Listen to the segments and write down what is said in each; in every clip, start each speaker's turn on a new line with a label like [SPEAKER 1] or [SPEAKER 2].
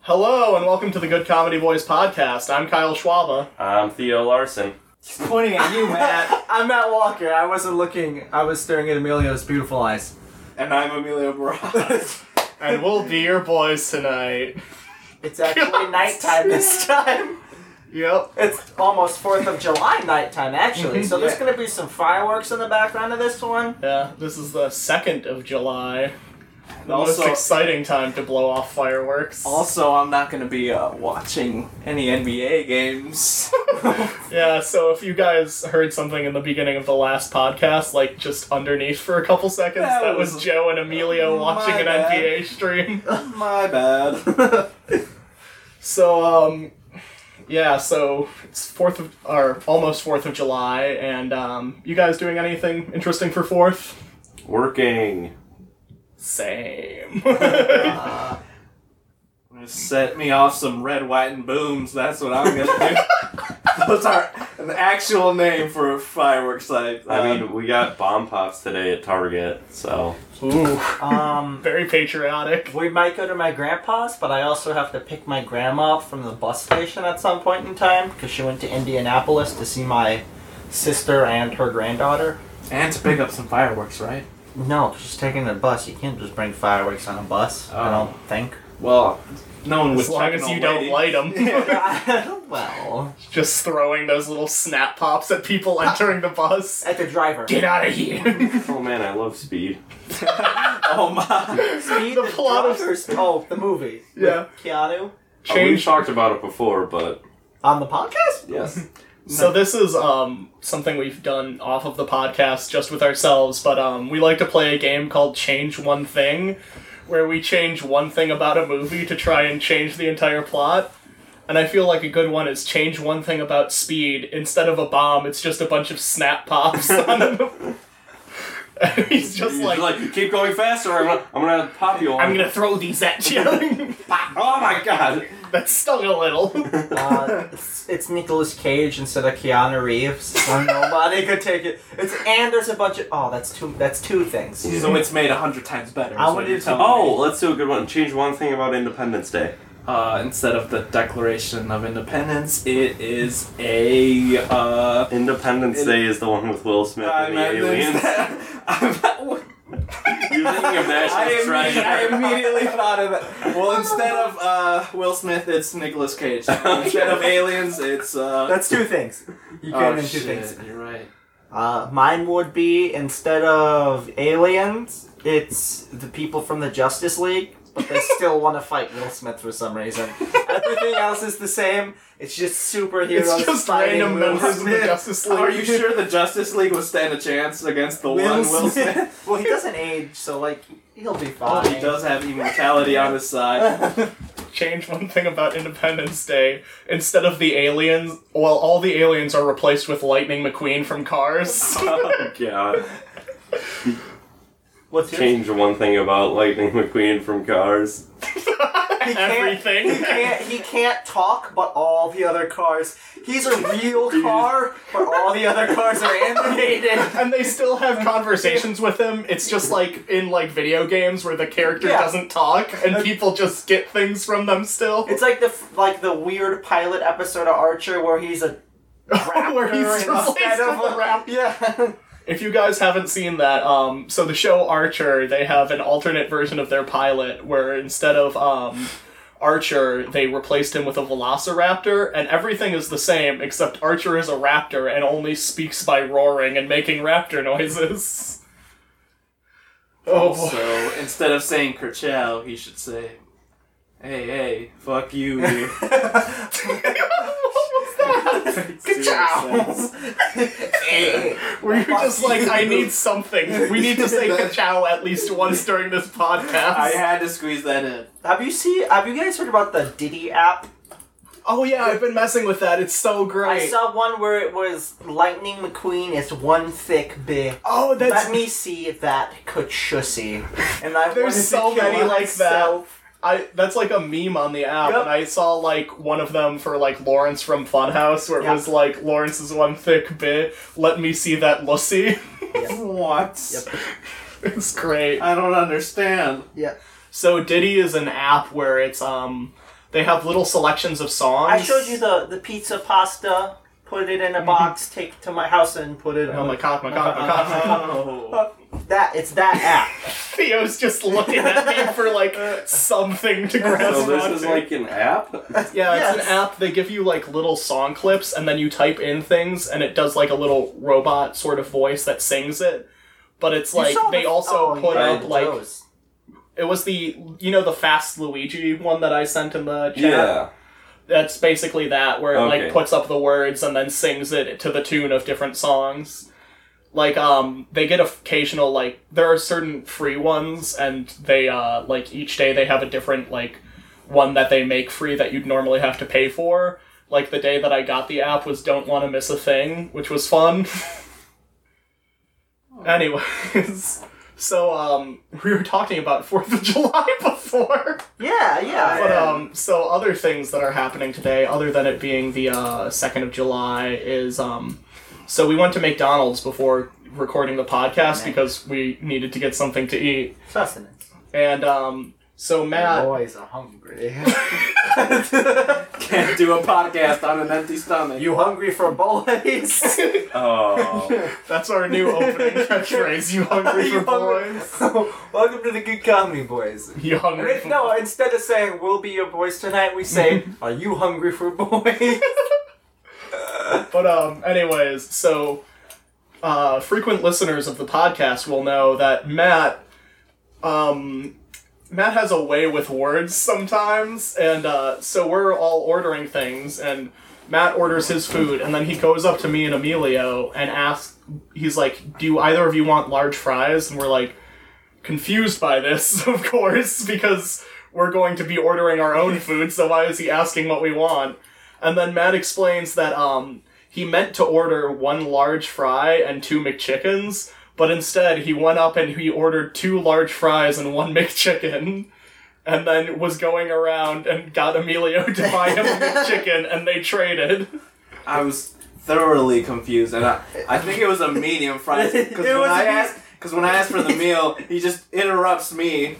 [SPEAKER 1] Hello and welcome to the Good Comedy Boys podcast. I'm Kyle Schwaba.
[SPEAKER 2] I'm Theo Larson.
[SPEAKER 3] He's pointing at you, Matt. I'm Matt Walker. I wasn't looking. I was staring at Emilio's beautiful eyes.
[SPEAKER 4] And I'm Emilio Barras.
[SPEAKER 1] And we'll be your boys tonight.
[SPEAKER 3] It's actually nighttime this time.
[SPEAKER 1] Yep.
[SPEAKER 3] It's almost Fourth of July nighttime, actually. So there's
[SPEAKER 4] Mhm. Yeah.
[SPEAKER 3] going to be some fireworks in the background of this one.
[SPEAKER 1] Yeah, this is the 2nd of July. The
[SPEAKER 4] also-
[SPEAKER 1] most exciting time to blow off fireworks.
[SPEAKER 4] also, I'm not going to be uh, watching any NBA games.
[SPEAKER 1] Yeah, so if you guys heard something in the beginning of the last podcast, like just underneath for a couple seconds, that,
[SPEAKER 4] That
[SPEAKER 1] was,
[SPEAKER 4] was-
[SPEAKER 1] Joe and Emilio
[SPEAKER 4] My
[SPEAKER 1] watching an
[SPEAKER 4] bad.
[SPEAKER 1] NBA stream.
[SPEAKER 4] My bad.
[SPEAKER 1] So, um, yeah, so it's 4th of, or almost 4th of July, and, um, you guys doing anything interesting for 4th?
[SPEAKER 2] Working.
[SPEAKER 1] Same.
[SPEAKER 4] Set me off some red, white, and booms. That's what I'm going to do. Those are an actual name for fireworks. Like,
[SPEAKER 2] I mean, we got bomb pops today at Target, so
[SPEAKER 1] Ooh,
[SPEAKER 3] Um,
[SPEAKER 1] very patriotic.
[SPEAKER 3] we might go to my grandpa's, but I also have to pick my grandma up from the bus station at some point in time because she went to Indianapolis to see my sister and her granddaughter.
[SPEAKER 4] and to pick up some fireworks, right?
[SPEAKER 3] No, she's taking the bus. You can't just bring fireworks on a bus. I
[SPEAKER 4] Oh.
[SPEAKER 3] don't think.
[SPEAKER 4] Well, no one was
[SPEAKER 1] As long
[SPEAKER 4] checking
[SPEAKER 1] as you
[SPEAKER 4] already.
[SPEAKER 1] don't light them.
[SPEAKER 3] well,
[SPEAKER 1] Just throwing those little snap pops at people entering the bus.
[SPEAKER 3] at the driver.
[SPEAKER 1] Get out of here!
[SPEAKER 2] oh man, I love speed. Uh,
[SPEAKER 4] oh my!
[SPEAKER 3] Speed
[SPEAKER 1] The
[SPEAKER 3] the,
[SPEAKER 1] plot
[SPEAKER 3] plot
[SPEAKER 1] of-
[SPEAKER 3] driver's oh the movie. with
[SPEAKER 1] Yeah.
[SPEAKER 3] Keanu
[SPEAKER 2] Uh, we've
[SPEAKER 1] Change.
[SPEAKER 2] talked about it before, but
[SPEAKER 3] on the podcast.
[SPEAKER 2] yes,
[SPEAKER 1] So this is um something we've done off of the podcast just with ourselves, but um we like to play a game called Change One Thing, where we change one thing about a movie to try and change the entire plot. And I feel like a good one is change one thing about speed. Instead of a bomb, it's just a bunch of snap pops on the And he's just
[SPEAKER 2] He's
[SPEAKER 1] like,
[SPEAKER 2] keep going faster. I'm gonna, I'm gonna pop you. On.
[SPEAKER 1] I'm gonna throw these at you.
[SPEAKER 2] Oh my god!
[SPEAKER 1] that stung a little.
[SPEAKER 3] Uh, it's, it's Nicolas Cage instead of Keanu Reeves. So nobody could take it. It's and there's a bunch of oh that's two that's two things.
[SPEAKER 4] so it's made a hundred times better.
[SPEAKER 3] I
[SPEAKER 4] is what
[SPEAKER 3] would
[SPEAKER 4] you're
[SPEAKER 3] do-
[SPEAKER 4] telling me.
[SPEAKER 2] Oh, let's do a good one. Change one thing about Independence Day.
[SPEAKER 4] uh, instead of the Declaration of Independence, it is a. Uh,
[SPEAKER 2] Independence
[SPEAKER 4] It-
[SPEAKER 2] Day is the one with Will Smith
[SPEAKER 4] I
[SPEAKER 2] and the
[SPEAKER 4] meant
[SPEAKER 2] aliens.
[SPEAKER 4] this-
[SPEAKER 2] You're thinking of
[SPEAKER 4] I,
[SPEAKER 2] National
[SPEAKER 4] imme- I
[SPEAKER 2] Treasure.
[SPEAKER 4] immediately thought of that. Well, instead of uh, Will Smith, it's Nicolas Cage. Instead of aliens, it's. Uh,
[SPEAKER 3] That's two things. You
[SPEAKER 4] oh,
[SPEAKER 3] can in two
[SPEAKER 4] shit,
[SPEAKER 3] things.
[SPEAKER 4] You're right.
[SPEAKER 3] Uh, mine would be instead of aliens, it's the people from the Justice League, but they still want to fight Will Smith for some reason. Everything else is the same. It's just superheroes
[SPEAKER 1] It's just
[SPEAKER 3] fighting
[SPEAKER 1] random
[SPEAKER 3] Will
[SPEAKER 1] members of the
[SPEAKER 3] Smith.
[SPEAKER 1] Justice League.
[SPEAKER 4] Are you sure the Justice League would stand a chance against the one Will Smith?
[SPEAKER 3] well, he doesn't age, so like he'll be
[SPEAKER 4] Oh,
[SPEAKER 3] fine.
[SPEAKER 4] he does have immortality on his side.
[SPEAKER 1] change one thing about Independence Day. Instead of the aliens, well, all the aliens are replaced with Lightning McQueen from Cars.
[SPEAKER 2] Oh god!
[SPEAKER 3] What's yours?
[SPEAKER 2] Change one thing about Lightning McQueen from Cars.
[SPEAKER 3] He can't-
[SPEAKER 1] Everything.
[SPEAKER 3] He can't, he can't talk, but all the other cars. He's a real car, but all the other cars are animated.
[SPEAKER 1] and they still have conversations with him. It's just like in like video games where the character
[SPEAKER 3] Yeah.
[SPEAKER 1] doesn't talk and people just get things from them still.
[SPEAKER 3] It's like the f- like the weird pilot episode of Archer where he's a raptor
[SPEAKER 1] Where he's
[SPEAKER 3] instead
[SPEAKER 1] replaced
[SPEAKER 3] of
[SPEAKER 1] with
[SPEAKER 3] a
[SPEAKER 1] a raptor.
[SPEAKER 3] Yeah.
[SPEAKER 1] If you guys haven't seen that, um, so the show Archer, they have an alternate version of their pilot where instead of um, Archer, they replaced him with a Velociraptor, and everything is the same except Archer is a raptor and only speaks by roaring and making raptor noises. Oh boy.
[SPEAKER 4] So instead of saying Kerchow, he should say, "Hey, hey, fuck you." you."
[SPEAKER 3] Good job.
[SPEAKER 1] Were you just like, I need something? We need to say
[SPEAKER 4] That-
[SPEAKER 1] ka-chow at least once during this podcast.
[SPEAKER 4] I had to squeeze that in.
[SPEAKER 3] Have you seen? Have you guys heard about the Diddy app?
[SPEAKER 1] oh yeah, I've been messing with that. It's so
[SPEAKER 3] I
[SPEAKER 1] great.
[SPEAKER 3] saw one where it was Lightning McQueen is one thick big.
[SPEAKER 1] oh, that's
[SPEAKER 3] Let me see that kachussy. And I
[SPEAKER 1] There's
[SPEAKER 3] wanted to
[SPEAKER 1] so
[SPEAKER 3] kill
[SPEAKER 1] many like that.
[SPEAKER 3] myself.
[SPEAKER 1] I that's like a meme on the app,
[SPEAKER 3] Yep.
[SPEAKER 1] and I saw like one of them for like Lawrence from Funhouse, where it
[SPEAKER 3] Yep.
[SPEAKER 1] was like Lawrence is one thick bit. Let me see that Lucy.
[SPEAKER 4] What?
[SPEAKER 3] Yep.
[SPEAKER 1] it's great.
[SPEAKER 4] I don't understand.
[SPEAKER 3] Yeah.
[SPEAKER 1] So Diddy is an app where it's um They have little selections of songs.
[SPEAKER 3] I showed you the, the pizza pasta, put it in a
[SPEAKER 1] Mm-hmm.
[SPEAKER 3] box, take it to my house, and put it
[SPEAKER 1] Oh
[SPEAKER 3] on.
[SPEAKER 1] my cock, my cock, my cock, my cock.
[SPEAKER 4] Oh.
[SPEAKER 3] that it's that app.
[SPEAKER 1] Theo's just looking at me for like something to grasp
[SPEAKER 2] So this
[SPEAKER 1] onto.
[SPEAKER 2] is like an app.
[SPEAKER 1] yeah, it's
[SPEAKER 3] Yes.
[SPEAKER 1] an app. They give you like little song clips, and then you type in things, and it does like a little robot sort of voice that sings it. But it's
[SPEAKER 3] You
[SPEAKER 1] like
[SPEAKER 3] saw
[SPEAKER 1] they
[SPEAKER 3] the-
[SPEAKER 1] also
[SPEAKER 3] oh,
[SPEAKER 1] put
[SPEAKER 3] yeah,
[SPEAKER 1] up like
[SPEAKER 3] those.
[SPEAKER 1] it was the you know the fast Luigi one that I sent in the chat.
[SPEAKER 2] Yeah.
[SPEAKER 1] That's basically that where it
[SPEAKER 2] Okay.
[SPEAKER 1] like puts up the words and then sings it to the tune of different songs. Like um they get occasional like there are certain free ones and they uh like each day they have a different like one that they make free that you'd normally have to pay for. Like the day that I got the app was don't want to miss a thing, which was fun. Anyways, so um we were talking about 4th of July before.
[SPEAKER 3] Yeah, yeah.
[SPEAKER 1] But um, so other things that are happening today, other than it being the uh, second of July, is um, so we went to McDonald's before recording the podcast because we needed to get something to eat,
[SPEAKER 3] sustenance.
[SPEAKER 1] and um, so Matt,
[SPEAKER 3] Boys are hungry.
[SPEAKER 4] Can't do a podcast on an empty stomach.
[SPEAKER 3] you hungry for boys?
[SPEAKER 2] Oh.
[SPEAKER 1] that's our new opening catchphrase. You hungry for
[SPEAKER 3] You hungry-
[SPEAKER 1] boys?
[SPEAKER 3] Welcome to the good comedy boys.
[SPEAKER 1] You
[SPEAKER 3] And
[SPEAKER 1] hungry?
[SPEAKER 3] if-
[SPEAKER 1] For
[SPEAKER 3] No, instead of saying "We'll be your boys tonight," we say "Are you hungry for boys?"
[SPEAKER 1] But um, anyways, so uh, frequent listeners of the podcast will know that Matt, um, Matt has a way with words sometimes, and uh, so we're all ordering things, and Matt orders his food, and then he goes up to me and Emilio and asks, he's like, "Do either of you want large fries?" And we're like, confused by this, of course, because we're going to be ordering our own food, so why is he asking what we want? And then Matt explains that um, he meant to order one large fry and two McChickens, but instead he went up and he ordered two large fries and one McChicken. And then was going around and got Emilio to buy him a McChicken, and they traded.
[SPEAKER 4] I was thoroughly confused, and I, I think it was a medium fry
[SPEAKER 3] It
[SPEAKER 4] because when
[SPEAKER 3] was
[SPEAKER 4] I
[SPEAKER 3] a me-
[SPEAKER 4] asked because when I asked for the meal, he just interrupts me,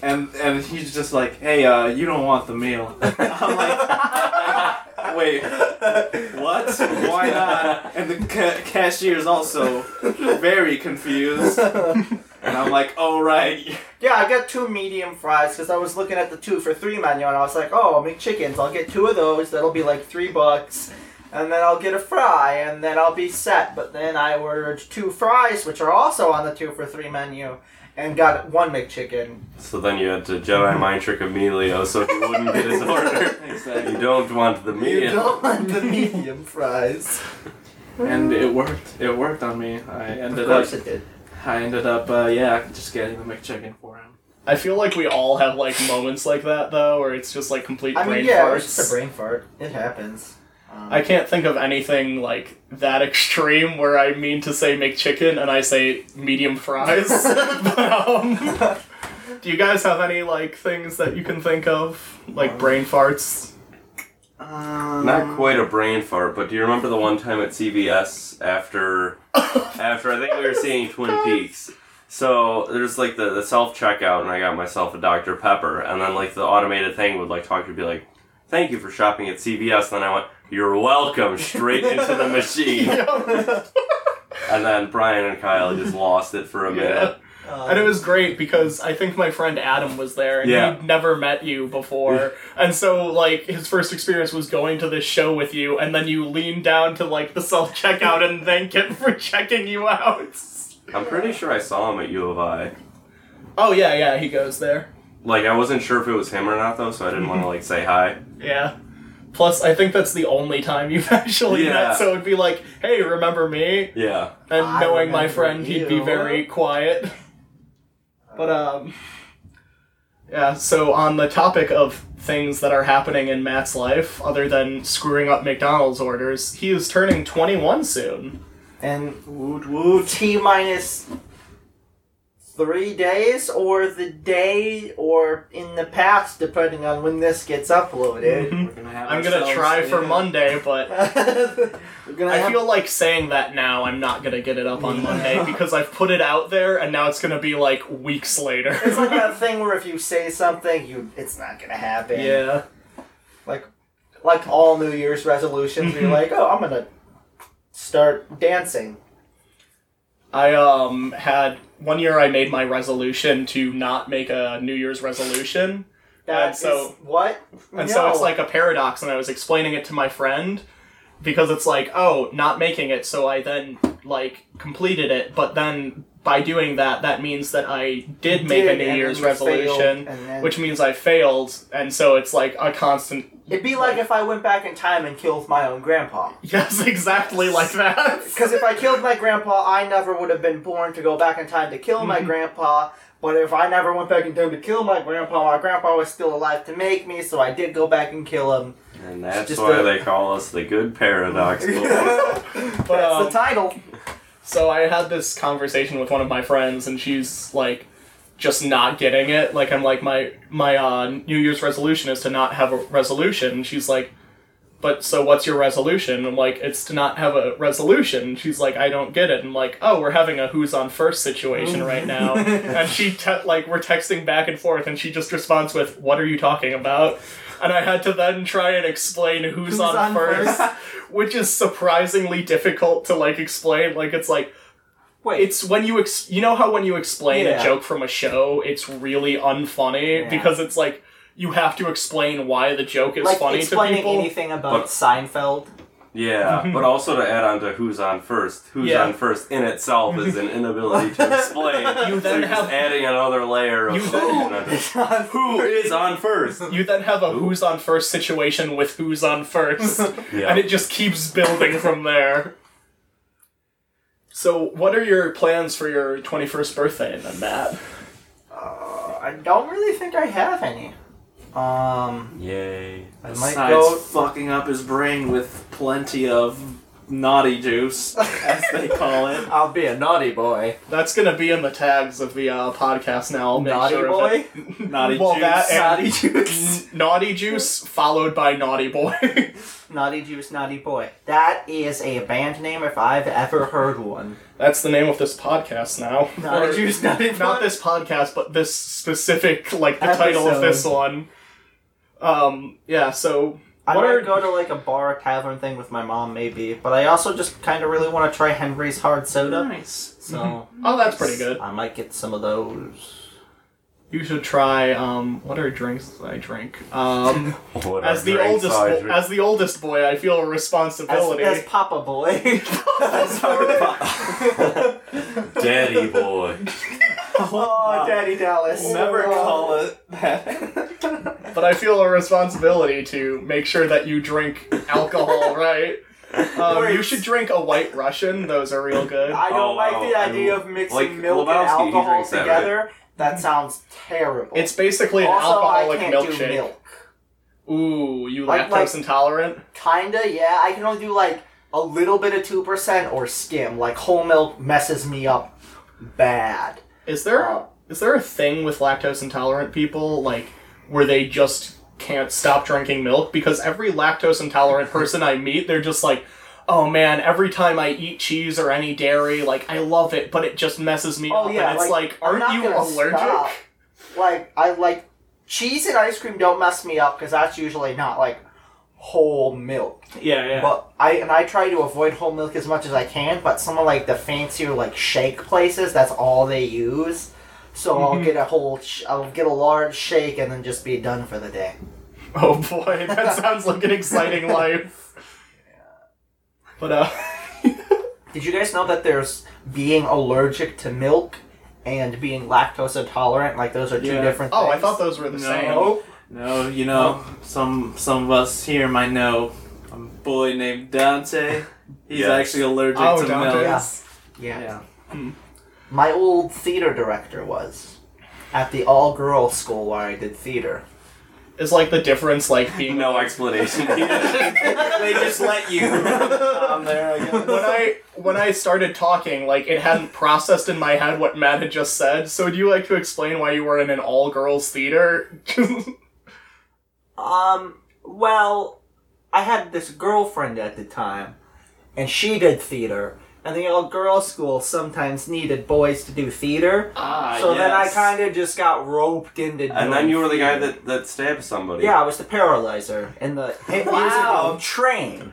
[SPEAKER 4] and and he's just like, "Hey, uh, you don't want the meal." I'm like, "Wait, what? Why not?" And the ca- cashier is also very confused, and I'm like, "Oh right,
[SPEAKER 3] yeah, I got two medium fries because I was looking at the two for three menu and I was like, "Oh, I'll make chickens. I'll get two of those. That'll be like three bucks." And then I'll get a fry, and then I'll be set. But then I ordered two fries, which are also on the two for three menu, and got one McChicken.
[SPEAKER 2] So then you had to Jedi mind trick Emilio so he wouldn't get his order. You
[SPEAKER 4] exactly,"
[SPEAKER 2] don't want the meal.
[SPEAKER 3] want the medium fries.
[SPEAKER 4] and it worked. It worked on me. I
[SPEAKER 3] Of
[SPEAKER 4] ended up,
[SPEAKER 3] course it did.
[SPEAKER 4] I ended up, uh, yeah, just getting the McChicken for him.
[SPEAKER 1] I feel like we all have like moments like that though, where it's just like complete
[SPEAKER 3] I
[SPEAKER 1] brain
[SPEAKER 3] mean, yeah,
[SPEAKER 1] farts.
[SPEAKER 3] it's just a brain fart. It happens. Um,
[SPEAKER 1] I can't think of anything like that extreme where I mean to say McChicken and I say medium fries. but, um, do you guys have any like things that you can think of, like brain farts?
[SPEAKER 4] Um,
[SPEAKER 2] Not quite a brain fart, but do you remember the one time at CVS after after I think we were seeing Twin Peaks? So there's like the, the self checkout, and I got myself a Dr Pepper, and then like the automated thing would like talk to you, be like, "Thank you for shopping at CVS." Then I went, "You're welcome," straight into the machine, and then Brian and Kyle just lost it for a minute.
[SPEAKER 3] um,
[SPEAKER 1] And it was great because I think my friend Adam was there and
[SPEAKER 2] Yeah.
[SPEAKER 1] he'd never met you before. and so like his first experience was going to this show with you and then you lean down to like the self checkout and thank him for checking you out.
[SPEAKER 2] I'm pretty sure I saw him at U of I.
[SPEAKER 1] Oh yeah, yeah, he goes there.
[SPEAKER 2] Like I wasn't sure if it was him or not though, so I didn't want to like say hi.
[SPEAKER 1] Yeah. Plus, I think that's the only time you've actually
[SPEAKER 2] Yeah.
[SPEAKER 1] met, so it'd be like, hey, remember me?
[SPEAKER 2] Yeah.
[SPEAKER 1] And
[SPEAKER 3] I
[SPEAKER 1] knowing my
[SPEAKER 3] remember
[SPEAKER 1] friend, he'd be
[SPEAKER 3] you.
[SPEAKER 1] very quiet. But, um. Yeah, so on the topic of things that are happening in Matt's life, other than screwing up McDonald's orders, he is turning 21 soon.
[SPEAKER 3] and
[SPEAKER 4] Woot woot.
[SPEAKER 3] T minus three days, or the day, or in the past, depending on when this gets uploaded.
[SPEAKER 1] Mhm.
[SPEAKER 4] gonna have
[SPEAKER 1] I'm gonna
[SPEAKER 4] ourselves-
[SPEAKER 1] try for
[SPEAKER 4] yeah.
[SPEAKER 1] Monday, but
[SPEAKER 4] We're gonna
[SPEAKER 1] Mm-hmm. I
[SPEAKER 4] have-
[SPEAKER 1] feel like saying that now, I'm not gonna get it up on Monday because I've put it out there and now it's gonna be like weeks later.
[SPEAKER 3] it's like that thing where if you say something, you it's not gonna happen.
[SPEAKER 1] Yeah.
[SPEAKER 3] Like, like all New Year's resolutions,
[SPEAKER 1] Mm-hmm.
[SPEAKER 3] you're like, oh, I'm gonna start dancing.
[SPEAKER 1] I um had one year I made my resolution to not make a New Year's resolution. And
[SPEAKER 3] That's
[SPEAKER 1] so-
[SPEAKER 3] what?
[SPEAKER 1] And
[SPEAKER 3] No.
[SPEAKER 1] so it's like a paradox, and I was explaining it to my friend because it's like, oh, not making it, so I then like completed it, but then by doing that, that means that I did make
[SPEAKER 3] Did,
[SPEAKER 1] a New
[SPEAKER 3] and
[SPEAKER 1] Year's
[SPEAKER 3] then you failed,
[SPEAKER 1] resolution,
[SPEAKER 3] and then-
[SPEAKER 1] which means I failed, and so it's like a constant.
[SPEAKER 3] it'd be like if I went back in time and killed my own grandpa.
[SPEAKER 1] Yes, exactly like that.
[SPEAKER 3] Because if I killed my grandpa, I never would have been born to go back in time to kill my grandpa. But if I never went back in time to kill my grandpa, my grandpa was still alive to make me, so I did go back and kill him.
[SPEAKER 2] And that's
[SPEAKER 3] Just
[SPEAKER 2] why
[SPEAKER 3] the-
[SPEAKER 2] they call us the good paradox. boys.
[SPEAKER 3] That's
[SPEAKER 1] But, um,
[SPEAKER 3] the title.
[SPEAKER 1] So I had this conversation with one of my friends, and she's like, just not getting it. Like I'm like my my uh, New Year's resolution is to not have a resolution. And she's like, but so what's your resolution? I'm like, it's to not have a resolution. And she's like, I don't get it. I'm like, oh, we're having a who's on first situation right now. and she te- like we're texting back and forth, and she just responds with, what are you talking about? And I had to then try and explain who's,
[SPEAKER 3] Who's
[SPEAKER 1] on,
[SPEAKER 3] on
[SPEAKER 1] first,
[SPEAKER 3] first?
[SPEAKER 1] which is surprisingly difficult to like explain. Like it's like
[SPEAKER 3] Wait,
[SPEAKER 1] it's when you ex- you know how when you explain
[SPEAKER 3] Yeah.
[SPEAKER 1] a joke from a show, it's really unfunny
[SPEAKER 3] Yeah.
[SPEAKER 1] because it's like you have to explain why the joke is
[SPEAKER 3] like
[SPEAKER 1] funny to
[SPEAKER 3] explaining
[SPEAKER 1] people.
[SPEAKER 3] anything about
[SPEAKER 2] But-
[SPEAKER 3] Seinfeld.
[SPEAKER 2] yeah, but also to add on to who's on first, who's
[SPEAKER 1] Yeah.
[SPEAKER 2] on first in itself is an inability to explain.
[SPEAKER 1] You
[SPEAKER 2] so
[SPEAKER 1] then
[SPEAKER 2] you're
[SPEAKER 1] have-
[SPEAKER 2] just adding another layer of
[SPEAKER 1] You then-
[SPEAKER 2] Who
[SPEAKER 3] Uh,
[SPEAKER 2] is on first.
[SPEAKER 1] You then have a who's on first situation with who's on first,
[SPEAKER 2] Yeah.
[SPEAKER 1] and it just keeps building from there. So, what are your plans for your 21st birthday then, Matt?
[SPEAKER 3] I don't really think I have any. Um,
[SPEAKER 2] Yay.
[SPEAKER 3] I might
[SPEAKER 4] Besides
[SPEAKER 3] go.
[SPEAKER 4] fucking up his brain with plenty of naughty juice, as they call it.
[SPEAKER 3] I'll be a naughty boy.
[SPEAKER 1] That's gonna be in the tags of the uh, podcast now. I'll make
[SPEAKER 3] naughty
[SPEAKER 1] sure of
[SPEAKER 3] boy.
[SPEAKER 1] it.
[SPEAKER 4] Naughty
[SPEAKER 1] Well,
[SPEAKER 4] juice.
[SPEAKER 1] that and-
[SPEAKER 4] naughty juice.
[SPEAKER 1] Naughty Juice followed by Naughty Boy.
[SPEAKER 3] Naughty Juice, Naughty Boy. That is a band name if I've ever heard one.
[SPEAKER 1] That's the name of this podcast now.
[SPEAKER 3] Naughty
[SPEAKER 1] Or-
[SPEAKER 3] Juice, Naughty Boy.
[SPEAKER 1] not this podcast, but this specific, like the title
[SPEAKER 3] Episode.
[SPEAKER 1] of this one. Um, yeah. So
[SPEAKER 3] I
[SPEAKER 1] what
[SPEAKER 3] might
[SPEAKER 1] are
[SPEAKER 3] go to like a bar tavern thing with my mom, maybe. But I also just kind of really want to try Henry's hard soda,
[SPEAKER 4] Nice.
[SPEAKER 3] so
[SPEAKER 1] oh, that's pretty good.
[SPEAKER 3] I might get some of those.
[SPEAKER 1] You should try. Um, what are drinks I drink? Um,
[SPEAKER 2] What
[SPEAKER 1] as
[SPEAKER 2] a
[SPEAKER 1] the
[SPEAKER 2] drink
[SPEAKER 1] oldest,
[SPEAKER 2] size.
[SPEAKER 1] bo- as the oldest boy, I feel a
[SPEAKER 3] As,
[SPEAKER 1] responsibility.
[SPEAKER 3] as Papa Boy.
[SPEAKER 2] daddy boy.
[SPEAKER 3] oh, Daddy Dallas.
[SPEAKER 4] Never
[SPEAKER 3] Oh.
[SPEAKER 4] call it that.
[SPEAKER 1] but I feel a responsibility to make sure that you drink alcohol right. Um, you
[SPEAKER 3] Works.
[SPEAKER 1] should drink a White Russian. Those are real good.
[SPEAKER 3] I don't
[SPEAKER 2] Oh,
[SPEAKER 3] like
[SPEAKER 2] oh,
[SPEAKER 3] the
[SPEAKER 2] I
[SPEAKER 3] idea
[SPEAKER 2] mean,
[SPEAKER 3] of mixing
[SPEAKER 2] like
[SPEAKER 3] milk and
[SPEAKER 2] Lebowski, he
[SPEAKER 3] alcohol
[SPEAKER 2] drinks that, right?
[SPEAKER 3] together. That sounds terrible.
[SPEAKER 1] It's basically an
[SPEAKER 3] also
[SPEAKER 1] alcoholic
[SPEAKER 3] I can't do
[SPEAKER 1] milkshake.
[SPEAKER 3] milk.
[SPEAKER 1] Ooh, you
[SPEAKER 3] Like-
[SPEAKER 1] lactose
[SPEAKER 3] like-
[SPEAKER 1] intolerant?
[SPEAKER 3] Kinda, yeah. I can only do like a little bit of two percent or skim. Like whole milk messes me up bad.
[SPEAKER 1] Is there
[SPEAKER 3] Uh,
[SPEAKER 1] is there a thing with lactose intolerant people like where they just can't stop drinking milk? Because every lactose intolerant person I meet, they're just like, "Oh man, every time I eat cheese or any dairy, like I love it, but it just messes me
[SPEAKER 3] Oh,
[SPEAKER 1] up."
[SPEAKER 3] yeah,
[SPEAKER 1] and it's
[SPEAKER 3] like,
[SPEAKER 1] like,
[SPEAKER 3] I'm
[SPEAKER 1] aren't
[SPEAKER 3] not
[SPEAKER 1] you
[SPEAKER 3] gonna
[SPEAKER 1] allergic?
[SPEAKER 3] stop. Like I like cheese and ice cream don't mess me up because that's usually not like whole milk.
[SPEAKER 1] Yeah, yeah.
[SPEAKER 3] But I and I try to avoid whole milk as much as I can. But some of like the fancier like shake places, that's all they use. So I'll get a whole, sh- I'll get a large shake and then just be done for the day.
[SPEAKER 1] oh boy, that sounds like an exciting life. But uh
[SPEAKER 3] Did you guys know that there's being allergic to milk and being lactose intolerant? Like those are two
[SPEAKER 4] Yeah.
[SPEAKER 3] different.
[SPEAKER 1] oh, I
[SPEAKER 3] things.
[SPEAKER 1] thought those were the
[SPEAKER 4] No.
[SPEAKER 1] same.
[SPEAKER 3] Nope.
[SPEAKER 4] no, you know, some some of us here might know a boy named Dante. He's
[SPEAKER 2] Yes.
[SPEAKER 4] actually allergic
[SPEAKER 1] Oh,
[SPEAKER 4] to
[SPEAKER 1] Dante.
[SPEAKER 4] milk.
[SPEAKER 3] Yeah. Yeah. My old theater director was at the all girl school where I did theater.
[SPEAKER 1] Is like the difference like being
[SPEAKER 2] No explanation needed.
[SPEAKER 4] they just let you. Um, I'm there, I guess.
[SPEAKER 1] when I when I started talking, like it hadn't processed in my head what Matt had just said. So would you like to explain why you were in an all girls theater?
[SPEAKER 3] Um, well, I had this girlfriend at the time, and she did theater, and the old girls' school sometimes needed boys to do theater.
[SPEAKER 4] Ah,
[SPEAKER 3] so then I
[SPEAKER 4] yes.
[SPEAKER 3] kind of just got roped into. doing
[SPEAKER 2] And then you were the guy
[SPEAKER 3] theater.
[SPEAKER 2] that, that stabbed somebody.
[SPEAKER 3] Yeah, I was the paralyzer in the hit
[SPEAKER 4] Wow.
[SPEAKER 3] musical Train.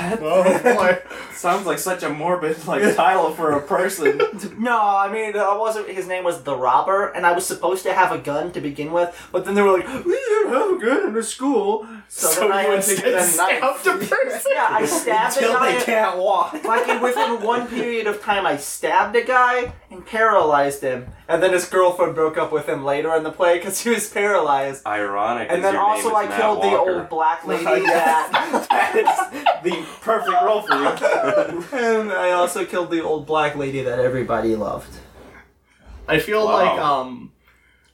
[SPEAKER 4] That
[SPEAKER 1] Oh boy.
[SPEAKER 4] sounds like such a morbid like title for a person.
[SPEAKER 3] No, I mean I wasn't. His name was the Robber, and I was supposed to have a gun to begin with. But then they were like, "We don't have a gun in the school," so,
[SPEAKER 1] so
[SPEAKER 3] then I
[SPEAKER 1] you
[SPEAKER 3] had to
[SPEAKER 1] instead
[SPEAKER 3] get a knife.
[SPEAKER 1] stabbed a person.
[SPEAKER 3] Yeah, I stabbed a
[SPEAKER 4] Till they
[SPEAKER 3] guy.
[SPEAKER 4] can't walk.
[SPEAKER 3] Like within one period of time, I stabbed a guy and paralyzed him, and then his girlfriend broke up with him later in the play because he was paralyzed.
[SPEAKER 2] Ironic.
[SPEAKER 3] And then also, I killed the old black lady that.
[SPEAKER 4] that is the perfect role for you.
[SPEAKER 3] and I also killed the old black lady that everybody loved.
[SPEAKER 1] I feel
[SPEAKER 2] Wow.
[SPEAKER 1] like um,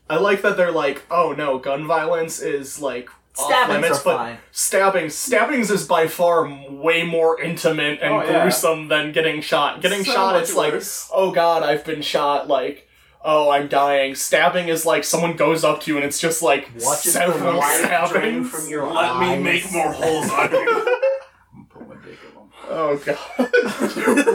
[SPEAKER 1] I like that they're like, oh no, gun violence is like off
[SPEAKER 3] Stabbings
[SPEAKER 1] limits,
[SPEAKER 3] are
[SPEAKER 1] but
[SPEAKER 3] fine.
[SPEAKER 1] stabbing stabbings is by far m- way more intimate and
[SPEAKER 4] Oh, yeah.
[SPEAKER 1] gruesome than getting shot. Getting
[SPEAKER 4] So
[SPEAKER 1] shot,
[SPEAKER 4] much
[SPEAKER 1] it's
[SPEAKER 4] worse.
[SPEAKER 1] like, oh god, I've been shot. Like. Oh, I'm dying. Stabbing is like someone goes up to you and it's just like
[SPEAKER 3] Watches the
[SPEAKER 1] several
[SPEAKER 3] light drain
[SPEAKER 1] stabbings.
[SPEAKER 3] from your
[SPEAKER 4] Let me
[SPEAKER 3] eyes.
[SPEAKER 4] make more holes on you.
[SPEAKER 1] Oh god.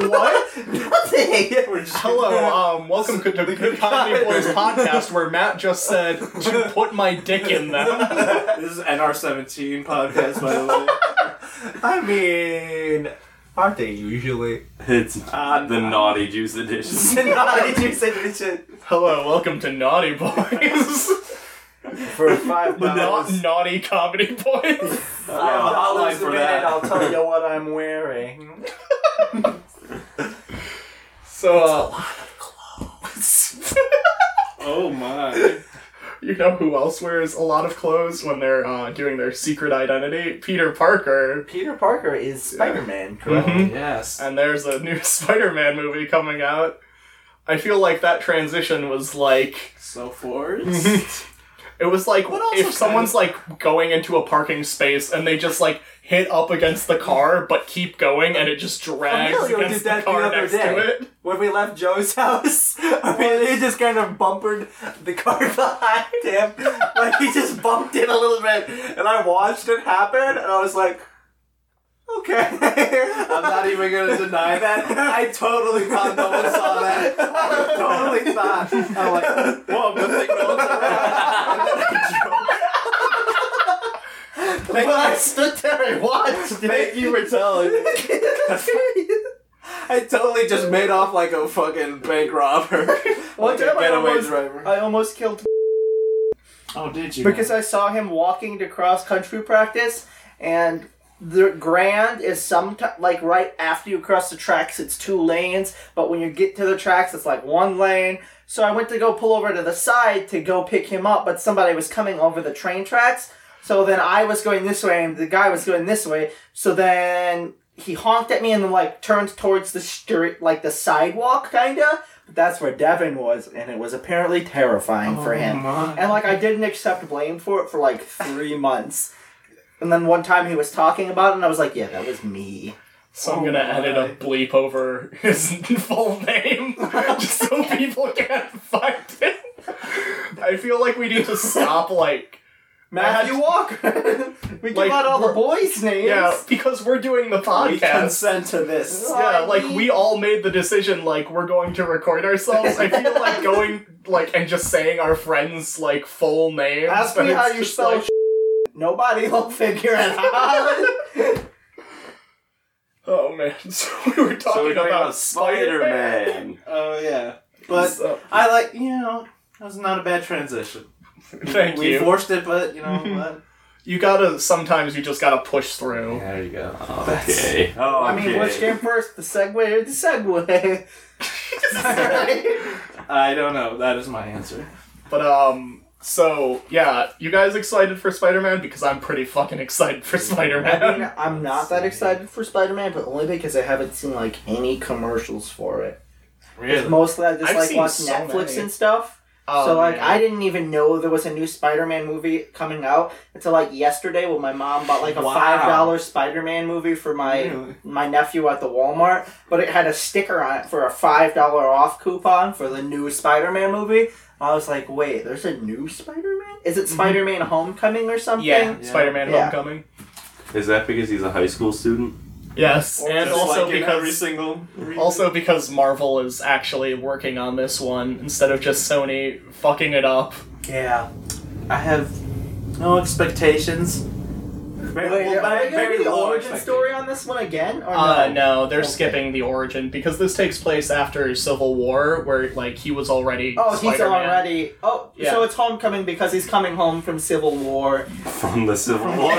[SPEAKER 1] what?
[SPEAKER 3] Nothing.
[SPEAKER 4] We're just
[SPEAKER 1] Hello, um, welcome to the Good Comedy Boys podcast where Matt just said to put my dick in them.
[SPEAKER 4] this is NR17 podcast, by the way.
[SPEAKER 3] I mean, aren't they usually?
[SPEAKER 2] It's
[SPEAKER 3] Um,
[SPEAKER 4] Uh,
[SPEAKER 2] the naughty juice edition.
[SPEAKER 3] Naughty juice edition
[SPEAKER 1] Hello, welcome to Naughty Boys.
[SPEAKER 3] for five
[SPEAKER 1] Not
[SPEAKER 3] dollars.
[SPEAKER 1] naughty comedy boys.
[SPEAKER 3] I have
[SPEAKER 2] Oh.
[SPEAKER 3] a
[SPEAKER 4] I'll
[SPEAKER 3] hotline
[SPEAKER 4] lose a
[SPEAKER 3] for
[SPEAKER 4] minute,
[SPEAKER 3] that.
[SPEAKER 4] I'll
[SPEAKER 3] I'll tell you what I'm wearing.
[SPEAKER 1] So uh,
[SPEAKER 4] Oh my.
[SPEAKER 1] you know who else wears a lot of clothes when they're uh, doing their secret identity? Peter Parker.
[SPEAKER 3] Peter Parker is Spider-Man, correct?
[SPEAKER 4] Mm-hmm.
[SPEAKER 1] Mhm.
[SPEAKER 4] Yes.
[SPEAKER 1] And there's a new Spider-Man movie coming out. I feel like that transition was like
[SPEAKER 4] So forced.
[SPEAKER 1] it was like
[SPEAKER 4] What else
[SPEAKER 1] if
[SPEAKER 4] was
[SPEAKER 1] someone's like going into a parking space and they just like hit up against the car but keep going and it just drags
[SPEAKER 3] Emilio did
[SPEAKER 1] against
[SPEAKER 3] that
[SPEAKER 1] the
[SPEAKER 3] the
[SPEAKER 1] car
[SPEAKER 3] other
[SPEAKER 1] next
[SPEAKER 3] day.
[SPEAKER 1] to it.
[SPEAKER 3] When we left Joe's house, I mean, he just kind of bumpered the car behind him. Like, he just bumped it a little bit. And I watched it happen, and I was like, okay.
[SPEAKER 4] I'm not even gonna deny that. I totally thought no one saw that. I totally thought. I'm like, whoa, good thing no one's around.
[SPEAKER 3] But I stood there and watched
[SPEAKER 4] Thank you for telling me.
[SPEAKER 3] it.
[SPEAKER 4] I totally just made off like a fucking bank robber.
[SPEAKER 3] One
[SPEAKER 4] like
[SPEAKER 3] time
[SPEAKER 4] a
[SPEAKER 3] I
[SPEAKER 4] getaway
[SPEAKER 3] almost-
[SPEAKER 4] driver.
[SPEAKER 3] I almost killed
[SPEAKER 4] oh, did you?
[SPEAKER 3] because I saw him walking to cross country practice, and the grand is sometimes like right after you cross the tracks, it's two lanes, but when you get to the tracks, it's like one lane. So I went to go pull over to the side to go pick him up, but somebody was coming over the train tracks. So then I was going this way, and the guy was going this way. So then he honked at me and then like turned towards the street, like the sidewalk, kinda. But that's where Devin was, and it was apparently terrifying
[SPEAKER 1] Oh
[SPEAKER 3] for him.
[SPEAKER 4] my.
[SPEAKER 3] And like I didn't accept blame for it for like three months. And then one time he was talking about it and I was like, yeah, that was me.
[SPEAKER 1] So
[SPEAKER 4] Oh
[SPEAKER 1] I'm gonna edit a
[SPEAKER 4] my.
[SPEAKER 1] bleep over his full name just so people can't find it. I feel like we need to stop like
[SPEAKER 3] Matthew
[SPEAKER 1] Matthew
[SPEAKER 3] Walker. we
[SPEAKER 1] Like,
[SPEAKER 3] give out all the
[SPEAKER 1] we're-
[SPEAKER 3] boys' names.
[SPEAKER 1] yeah because we're doing the
[SPEAKER 4] We
[SPEAKER 1] podcast.
[SPEAKER 4] consent to this.
[SPEAKER 1] Yeah, like we all made the decision like we're going to record ourselves. I feel like going like and just saying our friends like full names.
[SPEAKER 3] Ask
[SPEAKER 1] but
[SPEAKER 3] me how
[SPEAKER 1] it's
[SPEAKER 3] you
[SPEAKER 1] just
[SPEAKER 3] spell
[SPEAKER 1] like-
[SPEAKER 3] Nobody will figure it out.
[SPEAKER 1] oh man, so we were talking
[SPEAKER 2] so we're talking
[SPEAKER 1] about
[SPEAKER 2] about Spider Man.
[SPEAKER 4] Oh yeah, but
[SPEAKER 1] So-
[SPEAKER 4] I like you know that was not a bad transition.
[SPEAKER 1] Thank
[SPEAKER 4] we
[SPEAKER 1] you.
[SPEAKER 4] forced it, but you know what?
[SPEAKER 1] You gotta sometimes you just gotta push through.
[SPEAKER 2] There you go.
[SPEAKER 4] That's-
[SPEAKER 2] Okay. Oh,
[SPEAKER 3] I mean, which came first, the Segway or the Segway?
[SPEAKER 4] I don't know. That is my answer.
[SPEAKER 1] But um, so yeah, you guys excited for Spider Man because I'm pretty fucking excited for Spider
[SPEAKER 3] I mean,
[SPEAKER 1] Man.
[SPEAKER 3] I'm not that excited for Spider-Man, but only because I haven't seen like any commercials for it.
[SPEAKER 4] Really?
[SPEAKER 3] Mostly I just
[SPEAKER 1] I've
[SPEAKER 3] like
[SPEAKER 1] seen
[SPEAKER 3] watch
[SPEAKER 1] so
[SPEAKER 3] Netflix
[SPEAKER 1] many.
[SPEAKER 3] and stuff.
[SPEAKER 1] Oh, Um,
[SPEAKER 3] so like I didn't even know there was a new Spider-Man movie coming out until like yesterday when my mom bought like a
[SPEAKER 4] Wow. Mm-hmm.
[SPEAKER 3] five dollar Spider-Man movie for my
[SPEAKER 4] Really?
[SPEAKER 3] my nephew at the Walmart, but it had a sticker on it for a five dollar off coupon for the new Spider-Man movie. I was like, wait, there's a new Spider-Man? Is it Spider-Man Homecoming or something?
[SPEAKER 1] yeah, Spider Man
[SPEAKER 3] Yeah.
[SPEAKER 1] Homecoming.
[SPEAKER 2] Is that because he's a high school student?
[SPEAKER 1] Yes,
[SPEAKER 4] Or
[SPEAKER 1] and
[SPEAKER 4] just
[SPEAKER 1] also
[SPEAKER 4] like in every
[SPEAKER 1] because
[SPEAKER 4] single re-
[SPEAKER 1] also because Marvel is actually working on this one instead of just Sony fucking it up.
[SPEAKER 4] yeah, I have no expectations. Very,
[SPEAKER 3] Wait,
[SPEAKER 4] well,
[SPEAKER 3] are we gonna
[SPEAKER 4] very
[SPEAKER 3] do the
[SPEAKER 4] low
[SPEAKER 3] origin
[SPEAKER 4] expectations.
[SPEAKER 3] story on this one again? Or
[SPEAKER 1] Uh,
[SPEAKER 3] no?
[SPEAKER 1] no, they're
[SPEAKER 3] Okay.
[SPEAKER 1] skipping the origin because this takes place after Civil War, where like he was already.
[SPEAKER 3] Oh, he's
[SPEAKER 1] Spider-Man.
[SPEAKER 3] already. Oh,
[SPEAKER 1] Yeah.
[SPEAKER 3] so it's homecoming because he's coming home from Civil War.
[SPEAKER 2] From the Civil War.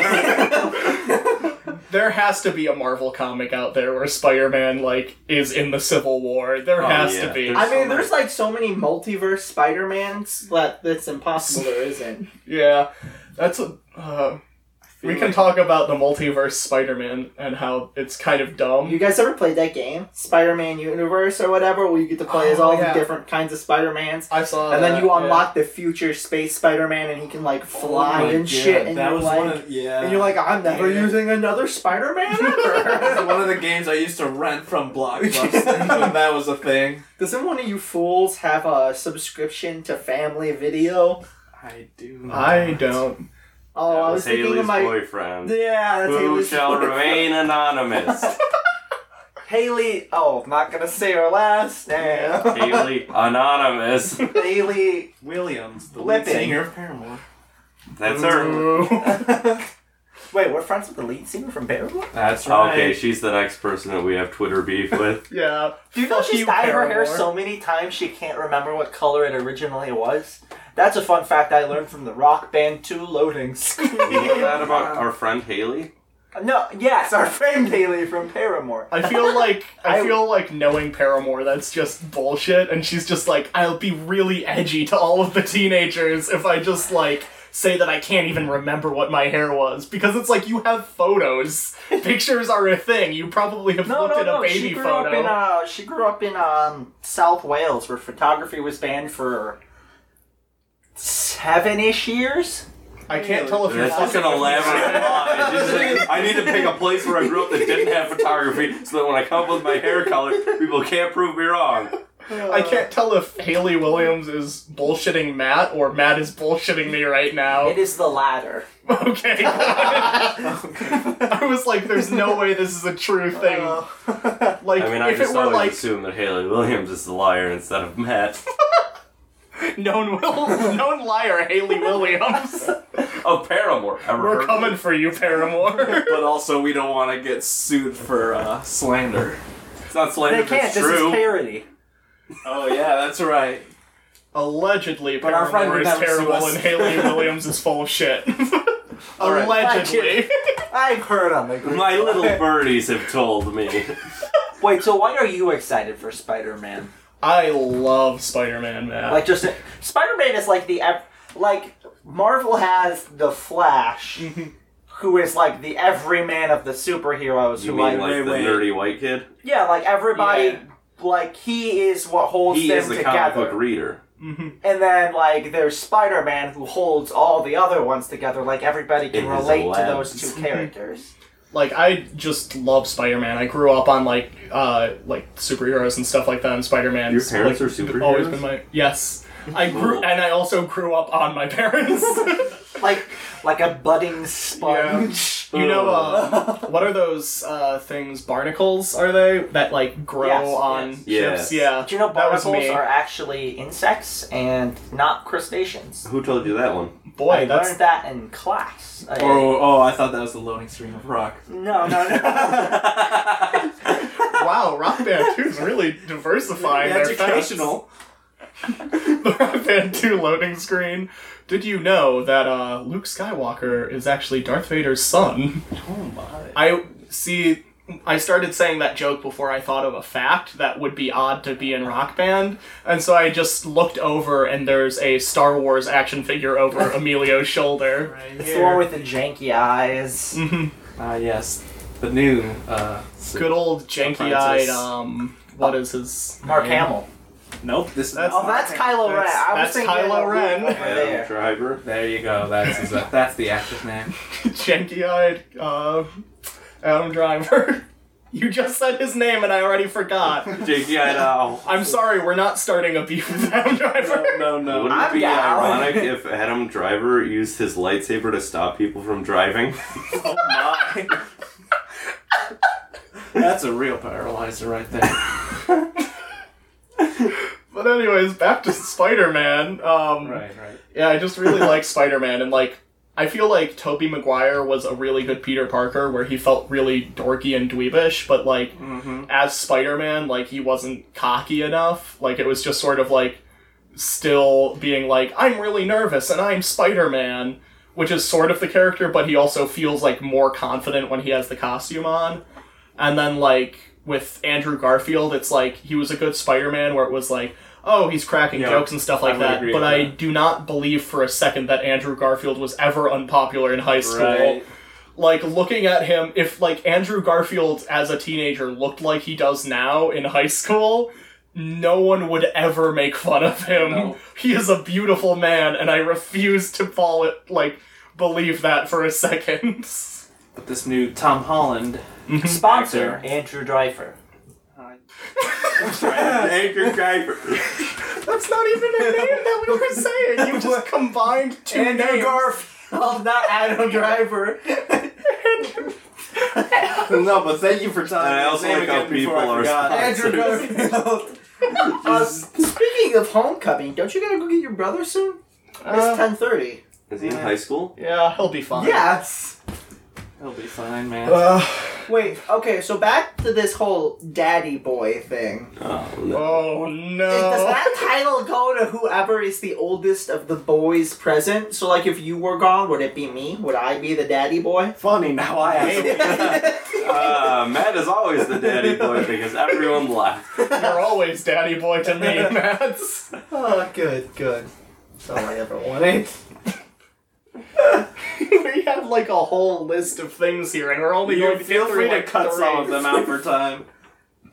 [SPEAKER 1] There has to be a Marvel comic out there where Spider-Man like is in the Civil War. There
[SPEAKER 2] Oh,
[SPEAKER 1] has
[SPEAKER 2] yeah.
[SPEAKER 1] to be.
[SPEAKER 2] There's
[SPEAKER 3] I mean,
[SPEAKER 2] so
[SPEAKER 3] there's like so many multiverse Spider-Mans that that's impossible there isn't.
[SPEAKER 1] Yeah, that's a. Uh, we can talk about the multiverse Spider-Man and how it's kind of dumb.
[SPEAKER 3] You guys ever played that game? Spider-Man Universe or whatever, where you get to play as
[SPEAKER 1] Oh,
[SPEAKER 3] all
[SPEAKER 1] yeah.
[SPEAKER 3] the different kinds of Spider-Mans.
[SPEAKER 1] I
[SPEAKER 4] Oh,
[SPEAKER 1] saw,
[SPEAKER 3] And then
[SPEAKER 1] that,
[SPEAKER 3] you
[SPEAKER 1] yeah.
[SPEAKER 3] unlock the future space Spider-Man, and he can like fly
[SPEAKER 4] Oh my
[SPEAKER 3] and shit.
[SPEAKER 4] God,
[SPEAKER 3] And
[SPEAKER 4] that
[SPEAKER 3] you're
[SPEAKER 4] was
[SPEAKER 3] like,
[SPEAKER 4] one of yeah.
[SPEAKER 3] and you're like, I'm never
[SPEAKER 4] Yeah.
[SPEAKER 3] using another Spider-Man
[SPEAKER 4] That was
[SPEAKER 3] ever.
[SPEAKER 4] one of the games I used to rent from Blockbuster. when that was a thing.
[SPEAKER 3] Doesn't one of you fools have a subscription to Family Video?
[SPEAKER 4] I do.
[SPEAKER 1] I don't.
[SPEAKER 3] Oh, I was
[SPEAKER 2] Haley's
[SPEAKER 3] thinking of my.
[SPEAKER 2] boyfriend.
[SPEAKER 3] Yeah, that's
[SPEAKER 2] who
[SPEAKER 3] Haley's
[SPEAKER 2] shall
[SPEAKER 3] boyfriend.
[SPEAKER 2] remain anonymous.
[SPEAKER 3] Haley. Oh, I'm not gonna say her last name.
[SPEAKER 2] Haley anonymous.
[SPEAKER 3] Haley.
[SPEAKER 4] Williams, the lead
[SPEAKER 3] Flipping.
[SPEAKER 4] singer of Paramore.
[SPEAKER 2] That's her.
[SPEAKER 3] Wait, we're friends with the lead singer from Paramore.
[SPEAKER 4] That's
[SPEAKER 2] Okay, she's the next person that we have Twitter beef with.
[SPEAKER 1] yeah.
[SPEAKER 3] Do you know
[SPEAKER 1] Fuck
[SPEAKER 3] she's dyed her hair
[SPEAKER 1] Paramore.
[SPEAKER 3] so many times she can't remember what color it originally was? That's a fun fact I learned from the rock band Two Loading
[SPEAKER 2] You know that about our friend Haley?
[SPEAKER 3] No, yes, our friend Haley from Paramore.
[SPEAKER 1] I feel like I
[SPEAKER 3] I-
[SPEAKER 1] feel like knowing Paramore. That's just bullshit. And she's just like, I'll be really edgy to all of the teenagers if I just like say that I can't even remember what my hair was because it's like you have photos. Pictures are a thing. You probably have
[SPEAKER 3] No,
[SPEAKER 1] looked
[SPEAKER 3] no,
[SPEAKER 1] at a
[SPEAKER 3] no.
[SPEAKER 1] baby
[SPEAKER 3] She grew
[SPEAKER 1] photo.
[SPEAKER 3] up in uh, she grew up in um, South Wales, where photography was banned for seven-ish years.
[SPEAKER 1] I can't tell if you're
[SPEAKER 2] That's just an
[SPEAKER 1] fucking-
[SPEAKER 2] elaborate lie. She's like, I need to pick a place where I grew up that didn't have photography so that when I come up with my hair color, people can't prove me wrong.
[SPEAKER 1] I can't tell if Haley Williams is bullshitting Matt or Matt is bullshitting me right now.
[SPEAKER 3] It is the latter.
[SPEAKER 1] Okay. I was like, there's no way this is a true thing.
[SPEAKER 4] Oh.
[SPEAKER 1] Like,
[SPEAKER 2] I mean, I
[SPEAKER 1] if it
[SPEAKER 2] just
[SPEAKER 1] were
[SPEAKER 2] always
[SPEAKER 1] like
[SPEAKER 2] assume that Haley Williams is the liar instead of Matt.
[SPEAKER 1] known will, known liar Haley Williams,
[SPEAKER 2] Oh, Paramore. Ever heard
[SPEAKER 1] we're
[SPEAKER 2] of
[SPEAKER 1] coming for you, Paramore.
[SPEAKER 4] But also, we don't want to get sued for uh, slander.
[SPEAKER 2] it? It's not
[SPEAKER 3] They
[SPEAKER 2] slander if
[SPEAKER 3] can't.
[SPEAKER 2] it's
[SPEAKER 3] This is
[SPEAKER 2] true.
[SPEAKER 3] parody.
[SPEAKER 4] Oh yeah, that's right.
[SPEAKER 1] Allegedly,
[SPEAKER 4] But our friend
[SPEAKER 1] Paramore
[SPEAKER 4] would
[SPEAKER 1] is
[SPEAKER 4] never sue
[SPEAKER 1] terrible,
[SPEAKER 4] us.
[SPEAKER 1] and Haley Williams is full of shit.
[SPEAKER 4] All right.
[SPEAKER 1] Allegedly.
[SPEAKER 3] I've heard on the group.
[SPEAKER 2] My little birdies have told me.
[SPEAKER 3] Wait, so why are you excited for Spider-Man?
[SPEAKER 1] I love Spider-Man,
[SPEAKER 2] Uh,
[SPEAKER 1] Matt.
[SPEAKER 3] Like just Spider Man is like the ev- like Marvel has the Flash,
[SPEAKER 2] Mm-hmm.
[SPEAKER 3] who is like the everyman of the superheroes.
[SPEAKER 2] You
[SPEAKER 3] who
[SPEAKER 2] mean
[SPEAKER 3] like,
[SPEAKER 2] like
[SPEAKER 4] wait,
[SPEAKER 2] the
[SPEAKER 4] wait.
[SPEAKER 2] nerdy white kid?
[SPEAKER 3] yeah, like everybody.
[SPEAKER 1] Yeah.
[SPEAKER 3] Like he is what holds
[SPEAKER 2] He
[SPEAKER 3] them
[SPEAKER 2] is the comic book
[SPEAKER 3] together,
[SPEAKER 2] reader.
[SPEAKER 3] and then like there's Spider Man who holds all the other ones together. Like everybody can
[SPEAKER 2] In his
[SPEAKER 3] relate to
[SPEAKER 2] labs.
[SPEAKER 3] those two characters.
[SPEAKER 1] like I just love Spider Man. I grew up on like uh like superheroes and stuff like that, and Spider Man.
[SPEAKER 2] Your parents
[SPEAKER 1] like,
[SPEAKER 2] are
[SPEAKER 1] b- Always
[SPEAKER 2] superheroes?
[SPEAKER 1] been my yes. I grew
[SPEAKER 2] Cool.
[SPEAKER 1] and I also grew up on my parents.
[SPEAKER 3] like like a budding sponge.
[SPEAKER 1] you know
[SPEAKER 2] Oh.
[SPEAKER 1] uh, what are those uh, things? Barnacles are they that like grow
[SPEAKER 3] Yes,
[SPEAKER 1] on
[SPEAKER 3] yes.
[SPEAKER 1] chips?
[SPEAKER 2] Yes.
[SPEAKER 1] Yeah.
[SPEAKER 3] Do you know
[SPEAKER 1] that was me.
[SPEAKER 3] barnacles are actually insects and not crustaceans?
[SPEAKER 2] Who told you that one?
[SPEAKER 1] Boy,
[SPEAKER 3] I
[SPEAKER 1] that's
[SPEAKER 3] learned that in class. I-
[SPEAKER 4] Oh, oh, I thought that was the loading screen of rock.
[SPEAKER 3] No, no, no.
[SPEAKER 1] wow. Rock Band Two is really diversifying. their facts.
[SPEAKER 4] Educational.
[SPEAKER 1] the Rock Band 2 loading screen. Did you know that uh, Luke Skywalker is actually Darth Vader's son?
[SPEAKER 4] Oh my.
[SPEAKER 1] I see. I started saying that joke before I thought of a fact that would be odd to be in Rock Band, and so I just looked over and there's a Star Wars action figure over Emilio's shoulder. Mm-hmm.
[SPEAKER 3] it's the one with the janky eyes.
[SPEAKER 1] Mm.
[SPEAKER 4] Ah yes, the new. Uh,
[SPEAKER 1] Good old janky-eyed. Um, what is his
[SPEAKER 3] Mark
[SPEAKER 1] name?
[SPEAKER 3] Hamill.
[SPEAKER 4] nope. This is
[SPEAKER 1] That's-
[SPEAKER 3] Oh, that's Kylo Ren.
[SPEAKER 1] That's-
[SPEAKER 3] I
[SPEAKER 1] that's
[SPEAKER 3] was thinking
[SPEAKER 1] Kylo
[SPEAKER 3] of
[SPEAKER 1] Ren.
[SPEAKER 3] over
[SPEAKER 2] Adam
[SPEAKER 3] there.
[SPEAKER 2] Driver.
[SPEAKER 4] There you go. That's his, that's the actor's name.
[SPEAKER 1] janky-eyed uh, Adam Driver. you just said his name and I already forgot.
[SPEAKER 2] Jakey, I
[SPEAKER 4] uh,
[SPEAKER 2] know.
[SPEAKER 1] I'm sorry, we're not starting a beef with Adam Driver.
[SPEAKER 4] oh, no, no.
[SPEAKER 2] Wouldn't it
[SPEAKER 3] I'm
[SPEAKER 2] be
[SPEAKER 3] down.
[SPEAKER 2] ironic if Adam Driver used his lightsaber to stop people from driving?
[SPEAKER 4] Oh my. That's a real paralyzer right there.
[SPEAKER 1] But anyways, back to Spider Man. Um,
[SPEAKER 4] right, right.
[SPEAKER 1] Yeah, I just really like Spider Man, and like I feel like Tobey Maguire was a really good Peter Parker, where he felt really dorky and dweebish, but like
[SPEAKER 4] Mm-hmm.
[SPEAKER 1] as Spider Man, like he wasn't cocky enough. Like it was just sort of like still being like I'm really nervous and I'm Spider Man, which is sort of the character, but he also feels like more confident when he has the costume on. And then like with Andrew Garfield, it's like he was a good Spider Man, where it was like. Oh, he's cracking
[SPEAKER 4] Yeah,
[SPEAKER 1] jokes and stuff like
[SPEAKER 4] I would
[SPEAKER 1] that,
[SPEAKER 4] agree
[SPEAKER 1] but
[SPEAKER 4] with
[SPEAKER 1] I
[SPEAKER 4] that.
[SPEAKER 1] do not believe for a second that Andrew Garfield was ever unpopular in high school
[SPEAKER 4] Right.
[SPEAKER 1] like looking at him if like andrew garfield as a teenager looked like he does now in high school no one would ever make fun of him
[SPEAKER 4] No.
[SPEAKER 1] he is a beautiful man and i refuse to fall it like believe that for a second
[SPEAKER 4] But this new Tom Holland.
[SPEAKER 3] Sponsor
[SPEAKER 4] Actor.
[SPEAKER 3] Andrew Dreifer.
[SPEAKER 4] Uh,
[SPEAKER 2] Anchor driver.
[SPEAKER 1] that's not even a name that we were saying you just combined two names
[SPEAKER 3] Garfield, not Adam Driver.
[SPEAKER 4] no, but thank you for telling
[SPEAKER 2] And
[SPEAKER 4] me
[SPEAKER 2] I
[SPEAKER 4] his
[SPEAKER 2] also
[SPEAKER 4] name
[SPEAKER 2] like how
[SPEAKER 4] again before
[SPEAKER 2] people
[SPEAKER 4] I
[SPEAKER 2] are
[SPEAKER 4] forgot.
[SPEAKER 3] Andrew Garfield. Uh, speaking of homecoming, don't you gotta go get your brother soon?
[SPEAKER 1] Uh,
[SPEAKER 3] it's ten thirty.
[SPEAKER 2] Is he in high school?
[SPEAKER 1] yeah he'll be fine
[SPEAKER 3] Yes.
[SPEAKER 4] He'll be fine, man.
[SPEAKER 1] Uh,
[SPEAKER 3] Wait. Okay. So back to this whole daddy boy thing.
[SPEAKER 2] Oh, no.
[SPEAKER 1] oh
[SPEAKER 3] Does
[SPEAKER 1] no
[SPEAKER 3] that title go to whoever is the oldest of the boys present? So like, if you were gone, would it be me? Would I be the daddy boy?
[SPEAKER 4] Funny now I am.
[SPEAKER 2] Uh, Matt is always the daddy boy because everyone left.
[SPEAKER 1] you're always daddy boy to me matt
[SPEAKER 3] Oh, good, good. That's all I ever wanted.
[SPEAKER 1] we have like a whole list of things here, and we're only
[SPEAKER 4] you
[SPEAKER 1] going to
[SPEAKER 4] feel
[SPEAKER 1] get
[SPEAKER 4] free
[SPEAKER 1] through,
[SPEAKER 4] to
[SPEAKER 1] like,
[SPEAKER 4] cut
[SPEAKER 1] three.
[SPEAKER 4] some of them out for time.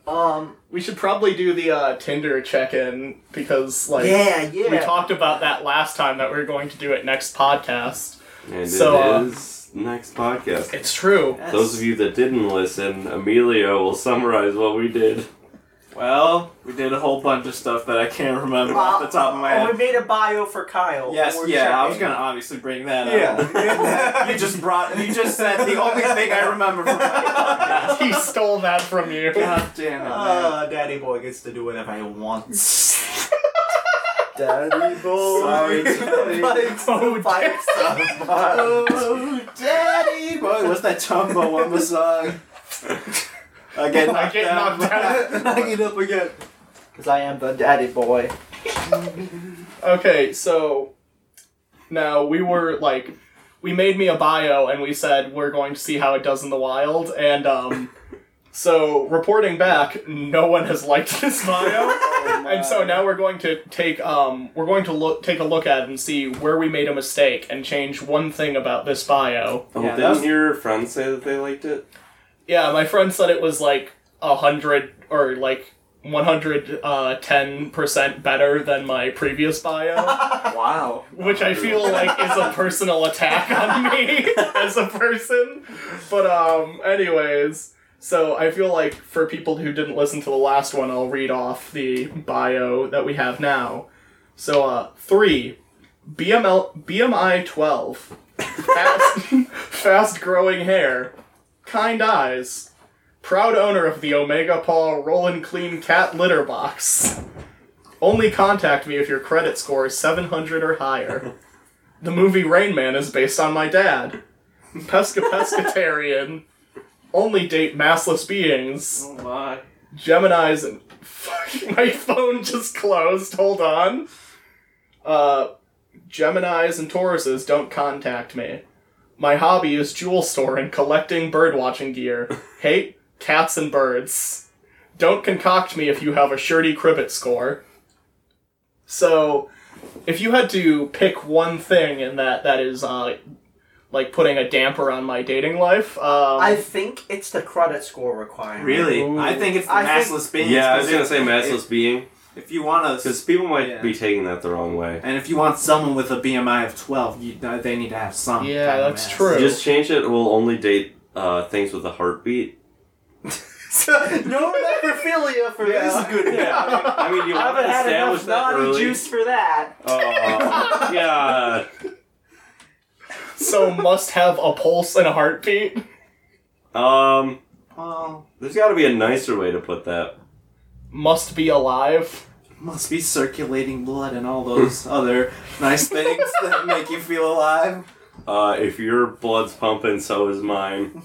[SPEAKER 3] Um.
[SPEAKER 1] We should probably do the uh, Tinder check-in because, like,
[SPEAKER 3] Yeah, yeah.
[SPEAKER 1] we talked about that last time that we were going to do it next podcast.
[SPEAKER 2] And
[SPEAKER 1] So, uh,
[SPEAKER 2] it is next podcast.
[SPEAKER 1] It's true.
[SPEAKER 4] Yes.
[SPEAKER 2] Those of you that didn't listen, Emilio will summarize what we did.
[SPEAKER 4] Well, we did a whole bunch of stuff that I can't remember off the top of my
[SPEAKER 3] Oh, we
[SPEAKER 4] head.
[SPEAKER 3] made a bio for
[SPEAKER 1] Oh,
[SPEAKER 3] Kyle.
[SPEAKER 4] Yes,
[SPEAKER 3] We're
[SPEAKER 4] yeah, I was
[SPEAKER 3] checking.
[SPEAKER 4] gonna obviously bring that up.
[SPEAKER 3] Yeah.
[SPEAKER 4] you just brought. You just said the only thing I remember from that.
[SPEAKER 1] he stole that from you.
[SPEAKER 4] God damn it! man.
[SPEAKER 3] Uh, Daddy Boy gets to do whatever he wants. Daddy Boy.
[SPEAKER 4] Sorry, Daddy.
[SPEAKER 1] Oh,
[SPEAKER 3] Five
[SPEAKER 4] Oh, Daddy boy, what's that Chumbo Wumba song? I get
[SPEAKER 1] I
[SPEAKER 4] knocked
[SPEAKER 1] get
[SPEAKER 4] down.
[SPEAKER 1] knocked down.
[SPEAKER 4] I get up again.
[SPEAKER 3] Because I am the Daddy Boy.
[SPEAKER 1] Okay, so now we were like, we made me a bio and we said we're going to see how it does in the wild, and um, so reporting back, no one has liked this bio, and so now we're going to take um, we're going to look take a look at it and see where we made a mistake and change one thing about this bio.
[SPEAKER 2] Oh,
[SPEAKER 4] Yeah, that
[SPEAKER 2] didn't
[SPEAKER 4] was-
[SPEAKER 2] your friends say that they liked it?
[SPEAKER 1] Yeah, my friend said it was like a hundred or like. 110% better than my previous bio.
[SPEAKER 4] Wow.
[SPEAKER 1] which I feel like is a personal attack on me as a person. But um, anyways, so I feel like for people who didn't listen to the last one, I'll read off the bio that we have now. So uh, three, BML BMI twelve, fast fast growing hair, kind eyes. Proud owner of the Omega Paw Roll and Clean Cat Litter Box. Only contact me if your credit score is 700 or higher. the movie Rain Man is based on my dad. Pesca Pescatarian. Only date massless beings.
[SPEAKER 4] Oh my.
[SPEAKER 1] Gemini's and. Fuck, my phone just closed. Hold on. Uh, Gemini's and Tauruses don't contact me. My hobby is jewel store and collecting birdwatching gear. Hate cats and birds. Don't concoct me if you have a shirty cribbit score. So, if you had to pick one thing in that that is uh, like putting a damper on my dating life, um,
[SPEAKER 3] I think it's the credit score requirement.
[SPEAKER 4] Really?
[SPEAKER 1] Ooh.
[SPEAKER 4] I think it's the
[SPEAKER 3] I think-
[SPEAKER 4] massless beings.
[SPEAKER 2] yeah, I was
[SPEAKER 4] 'cause
[SPEAKER 2] gonna
[SPEAKER 4] if-
[SPEAKER 2] say massless being
[SPEAKER 4] If you want to,
[SPEAKER 2] because people might
[SPEAKER 4] Yeah.
[SPEAKER 2] be taking that the wrong way.
[SPEAKER 4] and if you want someone with a BMI of twelve, you, uh, they need to have some.
[SPEAKER 1] Yeah,
[SPEAKER 4] kind of
[SPEAKER 1] that's
[SPEAKER 4] mass.
[SPEAKER 1] true.
[SPEAKER 2] Just change it. We'll only date uh, things with a heartbeat.
[SPEAKER 3] no necrophilia for
[SPEAKER 4] Yeah, this
[SPEAKER 3] that.
[SPEAKER 4] is good.
[SPEAKER 2] Yeah. I mean, you
[SPEAKER 3] I
[SPEAKER 2] want
[SPEAKER 3] haven't
[SPEAKER 2] to
[SPEAKER 3] had
[SPEAKER 2] establish
[SPEAKER 3] enough
[SPEAKER 2] that
[SPEAKER 3] naughty
[SPEAKER 2] early.
[SPEAKER 3] juice for that.
[SPEAKER 2] Oh, yeah.
[SPEAKER 1] so must have a pulse and a heartbeat.
[SPEAKER 2] Um,
[SPEAKER 4] well,
[SPEAKER 2] There's got to be a nicer way to put that.
[SPEAKER 1] Must be alive.
[SPEAKER 4] must be circulating blood and all those other nice things that make you feel alive.
[SPEAKER 2] Uh, if your blood's pumping, so is mine.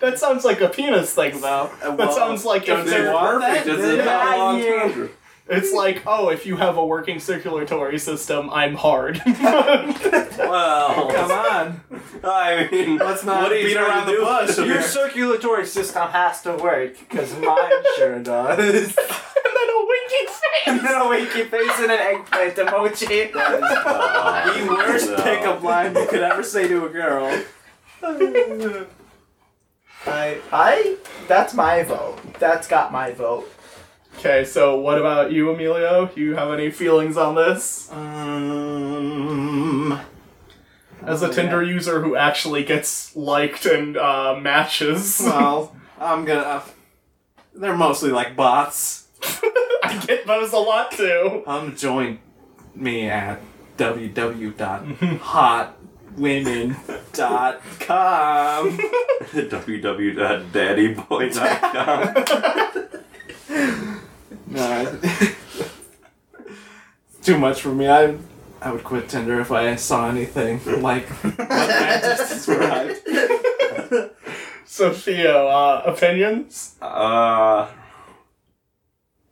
[SPEAKER 1] That sounds like a penis thing, though.
[SPEAKER 4] Uh,
[SPEAKER 1] that
[SPEAKER 4] well,
[SPEAKER 1] sounds like
[SPEAKER 4] if
[SPEAKER 1] if
[SPEAKER 4] they
[SPEAKER 1] they're-
[SPEAKER 4] want that,
[SPEAKER 2] Perfect. It's a
[SPEAKER 4] then
[SPEAKER 3] yeah,
[SPEAKER 2] double
[SPEAKER 3] yeah.
[SPEAKER 2] entendre.
[SPEAKER 1] It's like, oh, if you have a working circulatory system, I'm hard.
[SPEAKER 2] Well,
[SPEAKER 4] Come on.
[SPEAKER 2] I mean,
[SPEAKER 4] Let's not
[SPEAKER 2] what are you
[SPEAKER 4] beat
[SPEAKER 2] trying
[SPEAKER 4] around
[SPEAKER 2] to
[SPEAKER 4] the
[SPEAKER 2] do?
[SPEAKER 4] bush here.
[SPEAKER 3] Your circulatory system has to work, because mine sure does.
[SPEAKER 1] and then a winky
[SPEAKER 3] and
[SPEAKER 1] face.
[SPEAKER 3] then a winky face and an eggplant emoji.
[SPEAKER 2] Uh,
[SPEAKER 4] The worst
[SPEAKER 2] no.
[SPEAKER 4] pickup line you could ever say to a girl.
[SPEAKER 3] I, I, that's my vote. That's got my vote.
[SPEAKER 1] Okay, so what about you, Emilio? You have any feelings on this?
[SPEAKER 4] Um, Oh,
[SPEAKER 1] As a Tinder user who actually gets liked and uh, matches,
[SPEAKER 4] well, I'm gonna. uh, they're mostly like bots.
[SPEAKER 1] I get those a lot too.
[SPEAKER 4] Um, join me at www.hotwomen.com.
[SPEAKER 2] www.daddyboy.com.
[SPEAKER 4] no, I- it's too much for me. I I would quit Tinder if I saw anything like what Matt just described.
[SPEAKER 1] So Theo, uh, opinions?
[SPEAKER 2] Uh,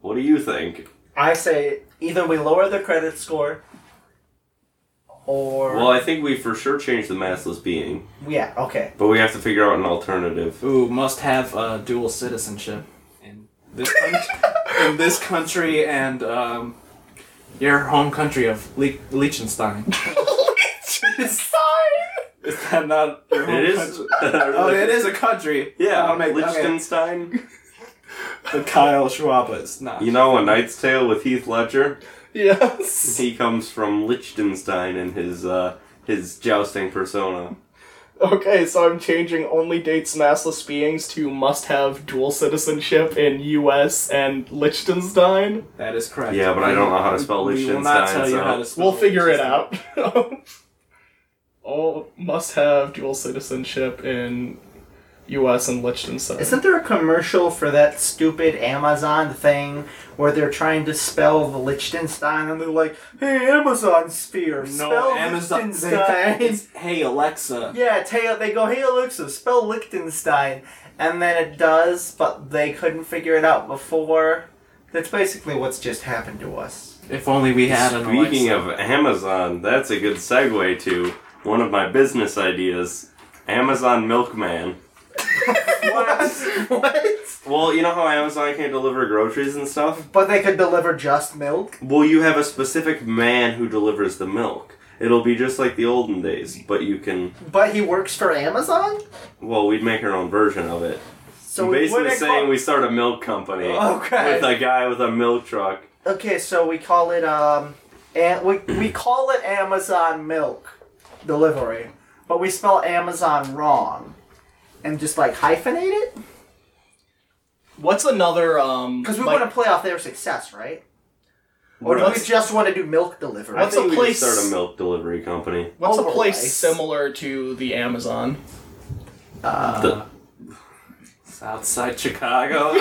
[SPEAKER 2] what do you think?
[SPEAKER 3] I say either we lower the credit score, or
[SPEAKER 2] Well, I think we for sure changed the massless being,
[SPEAKER 3] yeah, okay.
[SPEAKER 2] but we have to figure out an alternative.
[SPEAKER 4] Ooh, must have uh, dual citizenship in this country, in this country and um, your home country of Le- Liechtenstein. Is that not your home
[SPEAKER 2] It is.
[SPEAKER 4] country? Oh, it is a country. I
[SPEAKER 2] Yeah,
[SPEAKER 4] don't make, okay.
[SPEAKER 2] Liechtenstein.
[SPEAKER 4] But Kyle Schwab is not.
[SPEAKER 2] You know, A Knight's Tale with Heath Ledger.
[SPEAKER 1] Yes.
[SPEAKER 2] He comes from Liechtenstein and his uh, his jousting persona.
[SPEAKER 1] Okay, so I'm changing only dates massless beings to must have dual citizenship in U.S. and Liechtenstein.
[SPEAKER 4] that is correct.
[SPEAKER 2] Yeah, but I don't know how to spell
[SPEAKER 4] We will not
[SPEAKER 2] Liechtenstein,
[SPEAKER 4] tell you
[SPEAKER 2] so-
[SPEAKER 4] how to spell
[SPEAKER 1] We'll figure it
[SPEAKER 4] Liechtenstein.
[SPEAKER 1] out. All must have dual citizenship in U.S. and Liechtenstein.
[SPEAKER 3] Isn't there a commercial for that stupid Amazon thing where they're trying to spell the Liechtenstein and they're like, "Hey, Amazon sphere,
[SPEAKER 4] No,
[SPEAKER 3] spell
[SPEAKER 4] Amazon. They,
[SPEAKER 3] Liechtenstein."
[SPEAKER 4] it's, hey Alexa.
[SPEAKER 3] yeah, tell, they go, "Hey Alexa, spell Liechtenstein," and then it does, but they couldn't figure it out before. That's basically what's just happened to us.
[SPEAKER 4] If only we had an
[SPEAKER 2] Speaking
[SPEAKER 4] Alexa.
[SPEAKER 2] of Amazon, that's a good segue to one of my business ideas Amazon Milkman.
[SPEAKER 3] what?
[SPEAKER 2] Well, you know how Amazon can deliver groceries and stuff?
[SPEAKER 3] But they could deliver just milk.
[SPEAKER 2] Well, you have a specific man who delivers the milk. It'll be just like the olden days, but you can.
[SPEAKER 3] But he works for Amazon?
[SPEAKER 2] Well, we'd make our own version of it.
[SPEAKER 3] So
[SPEAKER 2] I'm
[SPEAKER 3] we
[SPEAKER 2] basically
[SPEAKER 3] wouldn't
[SPEAKER 2] saying
[SPEAKER 3] call-
[SPEAKER 2] we start a milk company
[SPEAKER 3] Okay.
[SPEAKER 2] with a guy with a milk truck.
[SPEAKER 3] Okay, so we call it um and we we call it Amazon milk delivery. But we spell Amazon wrong. And just like hyphenate it?
[SPEAKER 1] What's another um?
[SPEAKER 3] Because we
[SPEAKER 1] like-
[SPEAKER 3] want to play off their success, right? Or do we
[SPEAKER 2] What's-
[SPEAKER 3] just want to do milk delivery?
[SPEAKER 2] I
[SPEAKER 1] What's
[SPEAKER 2] think
[SPEAKER 1] a
[SPEAKER 2] we
[SPEAKER 1] place-
[SPEAKER 2] could start a milk delivery company.
[SPEAKER 1] What's a
[SPEAKER 3] Overlay.
[SPEAKER 1] place similar to the Amazon?
[SPEAKER 2] The-
[SPEAKER 4] Outside Chicago.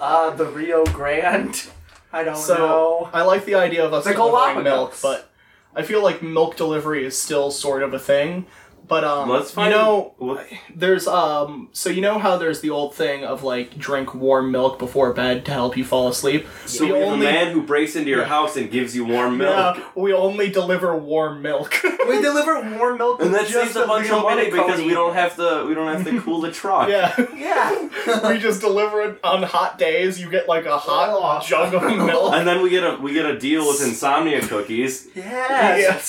[SPEAKER 3] Uh, the Rio Grande? I don't
[SPEAKER 1] So
[SPEAKER 3] know.
[SPEAKER 1] I like the idea of us
[SPEAKER 3] The
[SPEAKER 1] delivering milk,
[SPEAKER 3] Galapagos.
[SPEAKER 1] but I feel like milk delivery is still sort of a thing. But um,
[SPEAKER 2] Let's find.
[SPEAKER 1] you know,
[SPEAKER 2] what-
[SPEAKER 1] there's um, so you know how there's the old thing of like drink warm milk before bed to help you fall asleep.
[SPEAKER 2] So we have a man who breaks into your house and gives you warm milk,
[SPEAKER 1] Yeah, we only deliver warm milk.
[SPEAKER 3] we deliver warm milk
[SPEAKER 2] and that
[SPEAKER 3] with
[SPEAKER 2] saves
[SPEAKER 3] just
[SPEAKER 2] a bunch of
[SPEAKER 3] little
[SPEAKER 2] money
[SPEAKER 3] bit
[SPEAKER 2] because we
[SPEAKER 3] codeine.
[SPEAKER 2] don't have to. We don't have to cool the truck.
[SPEAKER 1] yeah,
[SPEAKER 3] Yeah.
[SPEAKER 1] we just deliver it on hot days. You get like a hot
[SPEAKER 3] Oh.
[SPEAKER 1] jug of milk.
[SPEAKER 2] And then we get a we get a deal with insomnia cookies.
[SPEAKER 3] yes.
[SPEAKER 1] Yes.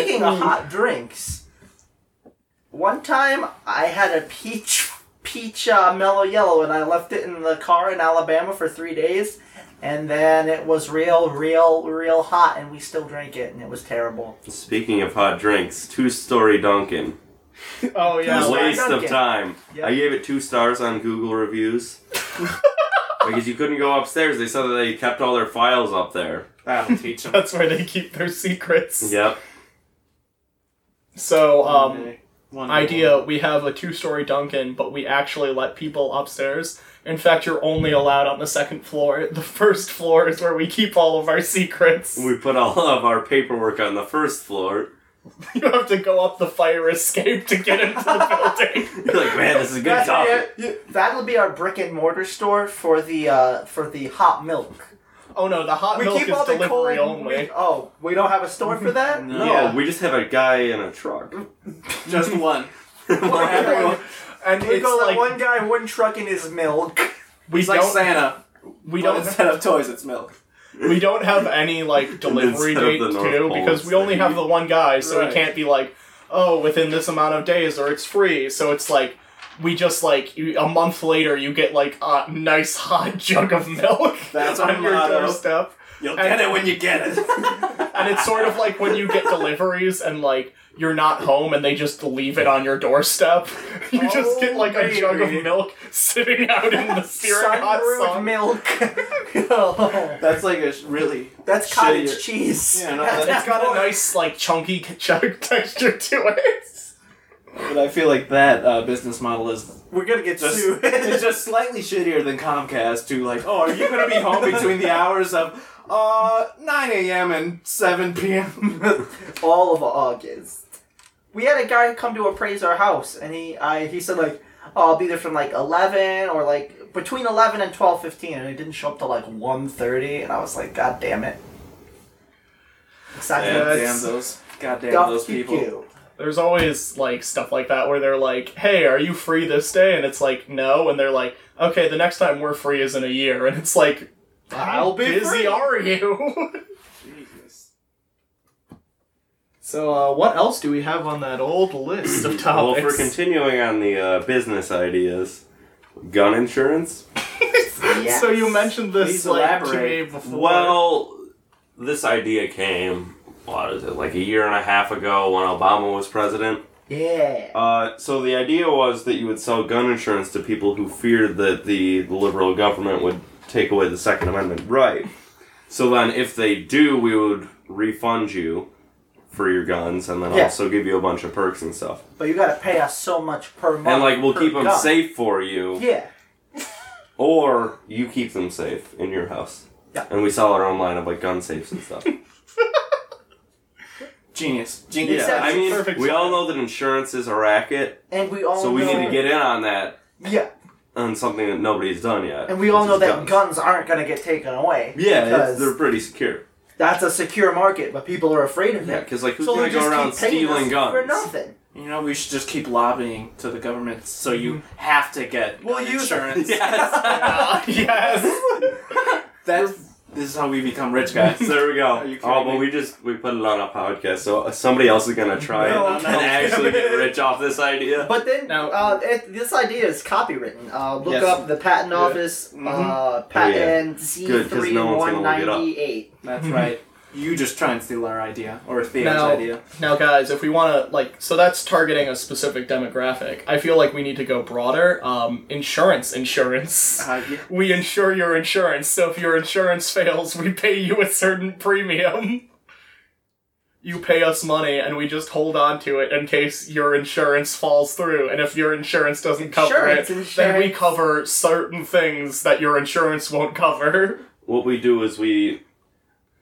[SPEAKER 3] Speaking of
[SPEAKER 4] And-
[SPEAKER 3] hot drinks, one time I had a peach peach uh, mellow yellow, and I left it in the car in Alabama for three days, and then it was real, real, real hot, and we still drank it, and it was terrible.
[SPEAKER 2] Speaking of hot drinks, two story Dunkin'.
[SPEAKER 1] Oh
[SPEAKER 2] A
[SPEAKER 1] yeah.
[SPEAKER 3] Wait.
[SPEAKER 2] waste of
[SPEAKER 3] Dunkin'.
[SPEAKER 2] time.
[SPEAKER 3] Yeah.
[SPEAKER 2] I gave it two stars on Google reviews because you couldn't go upstairs. They said that they kept all their files up there.
[SPEAKER 4] That'll teach him.
[SPEAKER 1] That's where they keep their secrets.
[SPEAKER 2] Yep.
[SPEAKER 1] So, um,
[SPEAKER 4] Wonderful.
[SPEAKER 1] idea we have a two story Dunkin', but we actually let people upstairs. In fact, you're only allowed on the second floor. The first floor is where we keep all of our secrets.
[SPEAKER 2] We put all of our paperwork on the first floor.
[SPEAKER 1] You have to go up the fire escape to get into the building.
[SPEAKER 2] You're like, man, this is a good
[SPEAKER 3] That's
[SPEAKER 2] coffee.
[SPEAKER 3] it. That'll be our brick and mortar store for the uh, for the hot milk.
[SPEAKER 1] Oh no, the hot milk is delivery only.
[SPEAKER 3] we- oh, we don't have a store for that.
[SPEAKER 4] No.
[SPEAKER 2] No,
[SPEAKER 4] Yeah.
[SPEAKER 2] Oh, we just have a guy in a truck.
[SPEAKER 4] Just one.
[SPEAKER 3] Everyone-
[SPEAKER 1] and
[SPEAKER 3] We
[SPEAKER 1] it's
[SPEAKER 3] go
[SPEAKER 1] like
[SPEAKER 3] like one guy, one truck in his milk.
[SPEAKER 1] we
[SPEAKER 4] He's like
[SPEAKER 1] don't
[SPEAKER 4] Santa.
[SPEAKER 1] we
[SPEAKER 4] We don't
[SPEAKER 1] don't
[SPEAKER 4] instead of toys, it's milk.
[SPEAKER 1] we don't have any like delivery
[SPEAKER 2] Instead of
[SPEAKER 1] date
[SPEAKER 2] the
[SPEAKER 1] to
[SPEAKER 2] North
[SPEAKER 1] do
[SPEAKER 2] Pole,
[SPEAKER 1] because we only
[SPEAKER 2] it's
[SPEAKER 1] have the one guy, so we
[SPEAKER 4] Right.
[SPEAKER 1] can't be like, oh, within this amount of days or it's free. So it's like we just like you, a month later you get like a nice hot jug of milk
[SPEAKER 4] That's our
[SPEAKER 1] on your
[SPEAKER 4] motto.
[SPEAKER 1] doorstep.
[SPEAKER 4] You'll
[SPEAKER 1] And-
[SPEAKER 4] get it when you get it.
[SPEAKER 1] And it's sort of like when you get deliveries and like you're not home and they just leave it on your doorstep. You just get like a jug of
[SPEAKER 3] Maybe.
[SPEAKER 1] milk sitting out in the searing hot
[SPEAKER 3] Sunroofed
[SPEAKER 1] sun.
[SPEAKER 3] milk. Oh,
[SPEAKER 4] That's like a sh- really.
[SPEAKER 3] that's
[SPEAKER 4] Shitty.
[SPEAKER 3] cottage cheese.
[SPEAKER 4] Yeah, no,
[SPEAKER 1] It's
[SPEAKER 4] that's-
[SPEAKER 1] got a nice like chunky chug texture to it.
[SPEAKER 4] But I feel like that uh, business model is
[SPEAKER 3] We're gonna get
[SPEAKER 4] just
[SPEAKER 3] sued.
[SPEAKER 4] it's just slightly shittier than Comcast. To like, oh, are you gonna be home between the hours of uh 9 a.m. and 7 p.m.
[SPEAKER 3] all of August. We had a guy come to appraise our house, and he I he said like, oh, "I'll be there from like eleven or like between eleven and twelve fifteen, and he didn't show up till like 1.30, and I was like, "God damn it!" Exactly.
[SPEAKER 2] Yeah,
[SPEAKER 4] God
[SPEAKER 1] it's-
[SPEAKER 4] damn those! God damn
[SPEAKER 3] Duff
[SPEAKER 4] those people!
[SPEAKER 3] you.
[SPEAKER 1] There's always like stuff like that where they're like, "Hey, are you free this day?" and it's like, "No," and they're like, "Okay, the next time we're free is in a year," and it's like,
[SPEAKER 3] I'll be
[SPEAKER 1] busy
[SPEAKER 3] free.
[SPEAKER 1] are you?"
[SPEAKER 4] Jesus.
[SPEAKER 1] so, uh, what else do we have on that old list of
[SPEAKER 2] Well,
[SPEAKER 1] topics?
[SPEAKER 2] for continuing on the uh, business ideas, gun insurance.
[SPEAKER 3] Yes.
[SPEAKER 1] So you mentioned this
[SPEAKER 4] Please
[SPEAKER 1] like to me
[SPEAKER 4] elaborate.
[SPEAKER 1] before.
[SPEAKER 2] Well, this idea came, what is it, like a year and a half ago when Obama was president?
[SPEAKER 3] Yeah.
[SPEAKER 2] Uh, so the idea was that you would sell gun insurance to people who feared that the, the liberal government would take away the Second Amendment right. So then, if they do, we would refund you for your guns, and then
[SPEAKER 3] Yeah.
[SPEAKER 2] also give you a bunch of perks and stuff.
[SPEAKER 3] But you gotta pay us so much per month.
[SPEAKER 2] And like, we'll
[SPEAKER 3] per
[SPEAKER 2] keep them
[SPEAKER 3] gun.
[SPEAKER 2] safe for you,
[SPEAKER 3] Yeah.
[SPEAKER 2] or you keep them safe in your house.
[SPEAKER 3] Yeah.
[SPEAKER 2] And we sell our own line of like gun safes and stuff.
[SPEAKER 4] Genius.
[SPEAKER 2] Yeah,
[SPEAKER 4] Genius.
[SPEAKER 3] Except
[SPEAKER 2] I mean,
[SPEAKER 1] perfect
[SPEAKER 2] we all know that insurance is a racket,
[SPEAKER 3] And we all
[SPEAKER 2] so we
[SPEAKER 3] know,
[SPEAKER 2] need to get in on that
[SPEAKER 3] yeah,
[SPEAKER 2] on something that nobody's done yet.
[SPEAKER 3] and we all
[SPEAKER 2] which
[SPEAKER 3] know
[SPEAKER 2] is
[SPEAKER 3] that guns aren't gonna get taken away.
[SPEAKER 2] Yeah, it's,
[SPEAKER 3] because
[SPEAKER 2] they're pretty secure.
[SPEAKER 3] that's a secure market, but people are afraid of
[SPEAKER 2] Yeah,
[SPEAKER 3] it.
[SPEAKER 2] because like who's
[SPEAKER 3] so
[SPEAKER 2] gonna
[SPEAKER 3] they just
[SPEAKER 2] go around
[SPEAKER 3] keep paying
[SPEAKER 2] stealing
[SPEAKER 3] us
[SPEAKER 2] guns?
[SPEAKER 3] for nothing.
[SPEAKER 4] You know, we should just keep lobbying to the government so you have to get
[SPEAKER 3] Well,
[SPEAKER 4] gun
[SPEAKER 3] you-
[SPEAKER 4] insurance.
[SPEAKER 2] Yes.
[SPEAKER 1] yes.
[SPEAKER 4] That's this is how we become rich guys.
[SPEAKER 2] there we
[SPEAKER 4] Are
[SPEAKER 2] go.
[SPEAKER 4] you kidding
[SPEAKER 2] Oh, but
[SPEAKER 4] me?
[SPEAKER 2] we just we put it on a podcast, so somebody else is gonna try
[SPEAKER 4] No,
[SPEAKER 2] it
[SPEAKER 4] no.
[SPEAKER 2] and actually get rich off this idea.
[SPEAKER 3] But then
[SPEAKER 1] Now-
[SPEAKER 3] uh, it, this idea is copywritten. Uh, look
[SPEAKER 4] Yes.
[SPEAKER 3] up the patent
[SPEAKER 4] Yeah. Mm-hmm.
[SPEAKER 3] office, uh, patent Z
[SPEAKER 2] Oh, Good, 'cause
[SPEAKER 3] three
[SPEAKER 2] no one's
[SPEAKER 3] one
[SPEAKER 2] gonna look it up.
[SPEAKER 3] ninety eight.
[SPEAKER 4] That's right. You just try and steal our idea or Theo's
[SPEAKER 1] Now-
[SPEAKER 4] idea.
[SPEAKER 1] Now, guys, if we want to, like, so that's targeting a specific demographic. I feel like we need to go broader. Um, insurance, insurance.
[SPEAKER 4] Uh, yeah.
[SPEAKER 1] We insure your insurance, so if your insurance fails, we pay you a certain premium. You pay us money, and we just hold on to it in case your insurance falls through. And if your insurance doesn't cover
[SPEAKER 3] Insurance,
[SPEAKER 1] it, then we
[SPEAKER 3] insurance.
[SPEAKER 1] cover certain things that your insurance won't cover.
[SPEAKER 2] What we do is we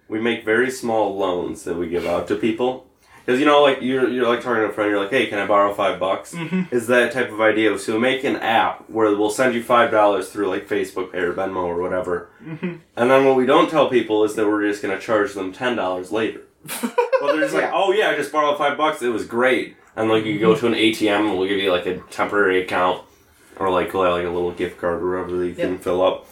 [SPEAKER 2] we make very small loans that we give out to people. Because you know, like you're, you're like talking to a friend, you're like, "Hey, can I borrow five bucks?"
[SPEAKER 3] Mm-hmm.
[SPEAKER 2] Is that type of idea? So we make an app where we'll send you five dollars through like Facebook Pay or Venmo or whatever,
[SPEAKER 3] Mm-hmm.
[SPEAKER 2] and then what we don't tell people is that we're just gonna charge them ten dollars later. well, they're just like,
[SPEAKER 3] Yeah. Mm-hmm.
[SPEAKER 2] "Oh yeah, I just borrowed five bucks. It was great." And like you go to an ATM and we'll give you like a temporary account or like like a little gift card or whatever that you can fill up.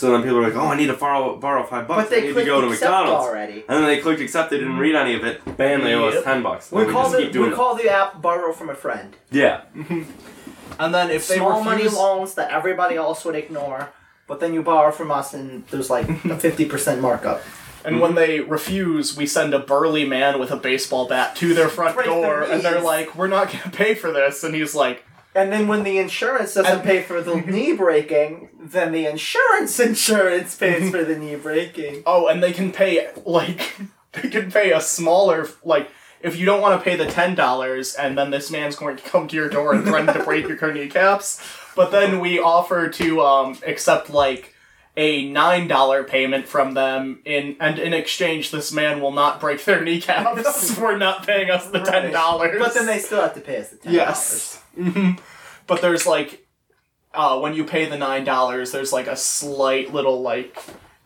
[SPEAKER 2] So then people are like, "Oh, I need to borrow borrow five bucks.
[SPEAKER 3] But they
[SPEAKER 2] I need to
[SPEAKER 3] clicked
[SPEAKER 2] go to
[SPEAKER 3] accept
[SPEAKER 2] McDonald's."
[SPEAKER 3] already.
[SPEAKER 2] And then they clicked accept. They didn't read any of it. Bam! They owe us
[SPEAKER 1] Yep.
[SPEAKER 2] ten bucks.
[SPEAKER 3] We,
[SPEAKER 2] And
[SPEAKER 3] call
[SPEAKER 2] just
[SPEAKER 3] the
[SPEAKER 2] keep
[SPEAKER 3] we
[SPEAKER 2] doing it.
[SPEAKER 3] call the app borrow from a friend.
[SPEAKER 2] Yeah,
[SPEAKER 4] And then if they
[SPEAKER 3] Small money
[SPEAKER 4] refuse,
[SPEAKER 3] loans that everybody else would ignore, but then you borrow from us and there's like a fifty percent markup.
[SPEAKER 1] And when they refuse, we send a burly man with a baseball bat to their front
[SPEAKER 3] Break their
[SPEAKER 1] door, and they're
[SPEAKER 3] knees.
[SPEAKER 1] like, "We're not gonna pay for this." And he's like,
[SPEAKER 3] And then when the insurance doesn't
[SPEAKER 1] And-
[SPEAKER 3] pay for the knee breaking, then the insurance insurance pays for the knee breaking.
[SPEAKER 1] "Oh, and they can pay like they can pay a smaller like." if you don't want to pay the ten dollars, and then this man's going to come to your door and threaten to break your hernia caps, but then we offer to um, accept like a nine dollar payment from them in and in exchange this man will not break their kneecaps for not paying us the ten dollars.
[SPEAKER 3] But then they still have to pay us the ten
[SPEAKER 1] Yes. Mhm. But there's like, uh, when you pay the nine dollars, there's like a slight little like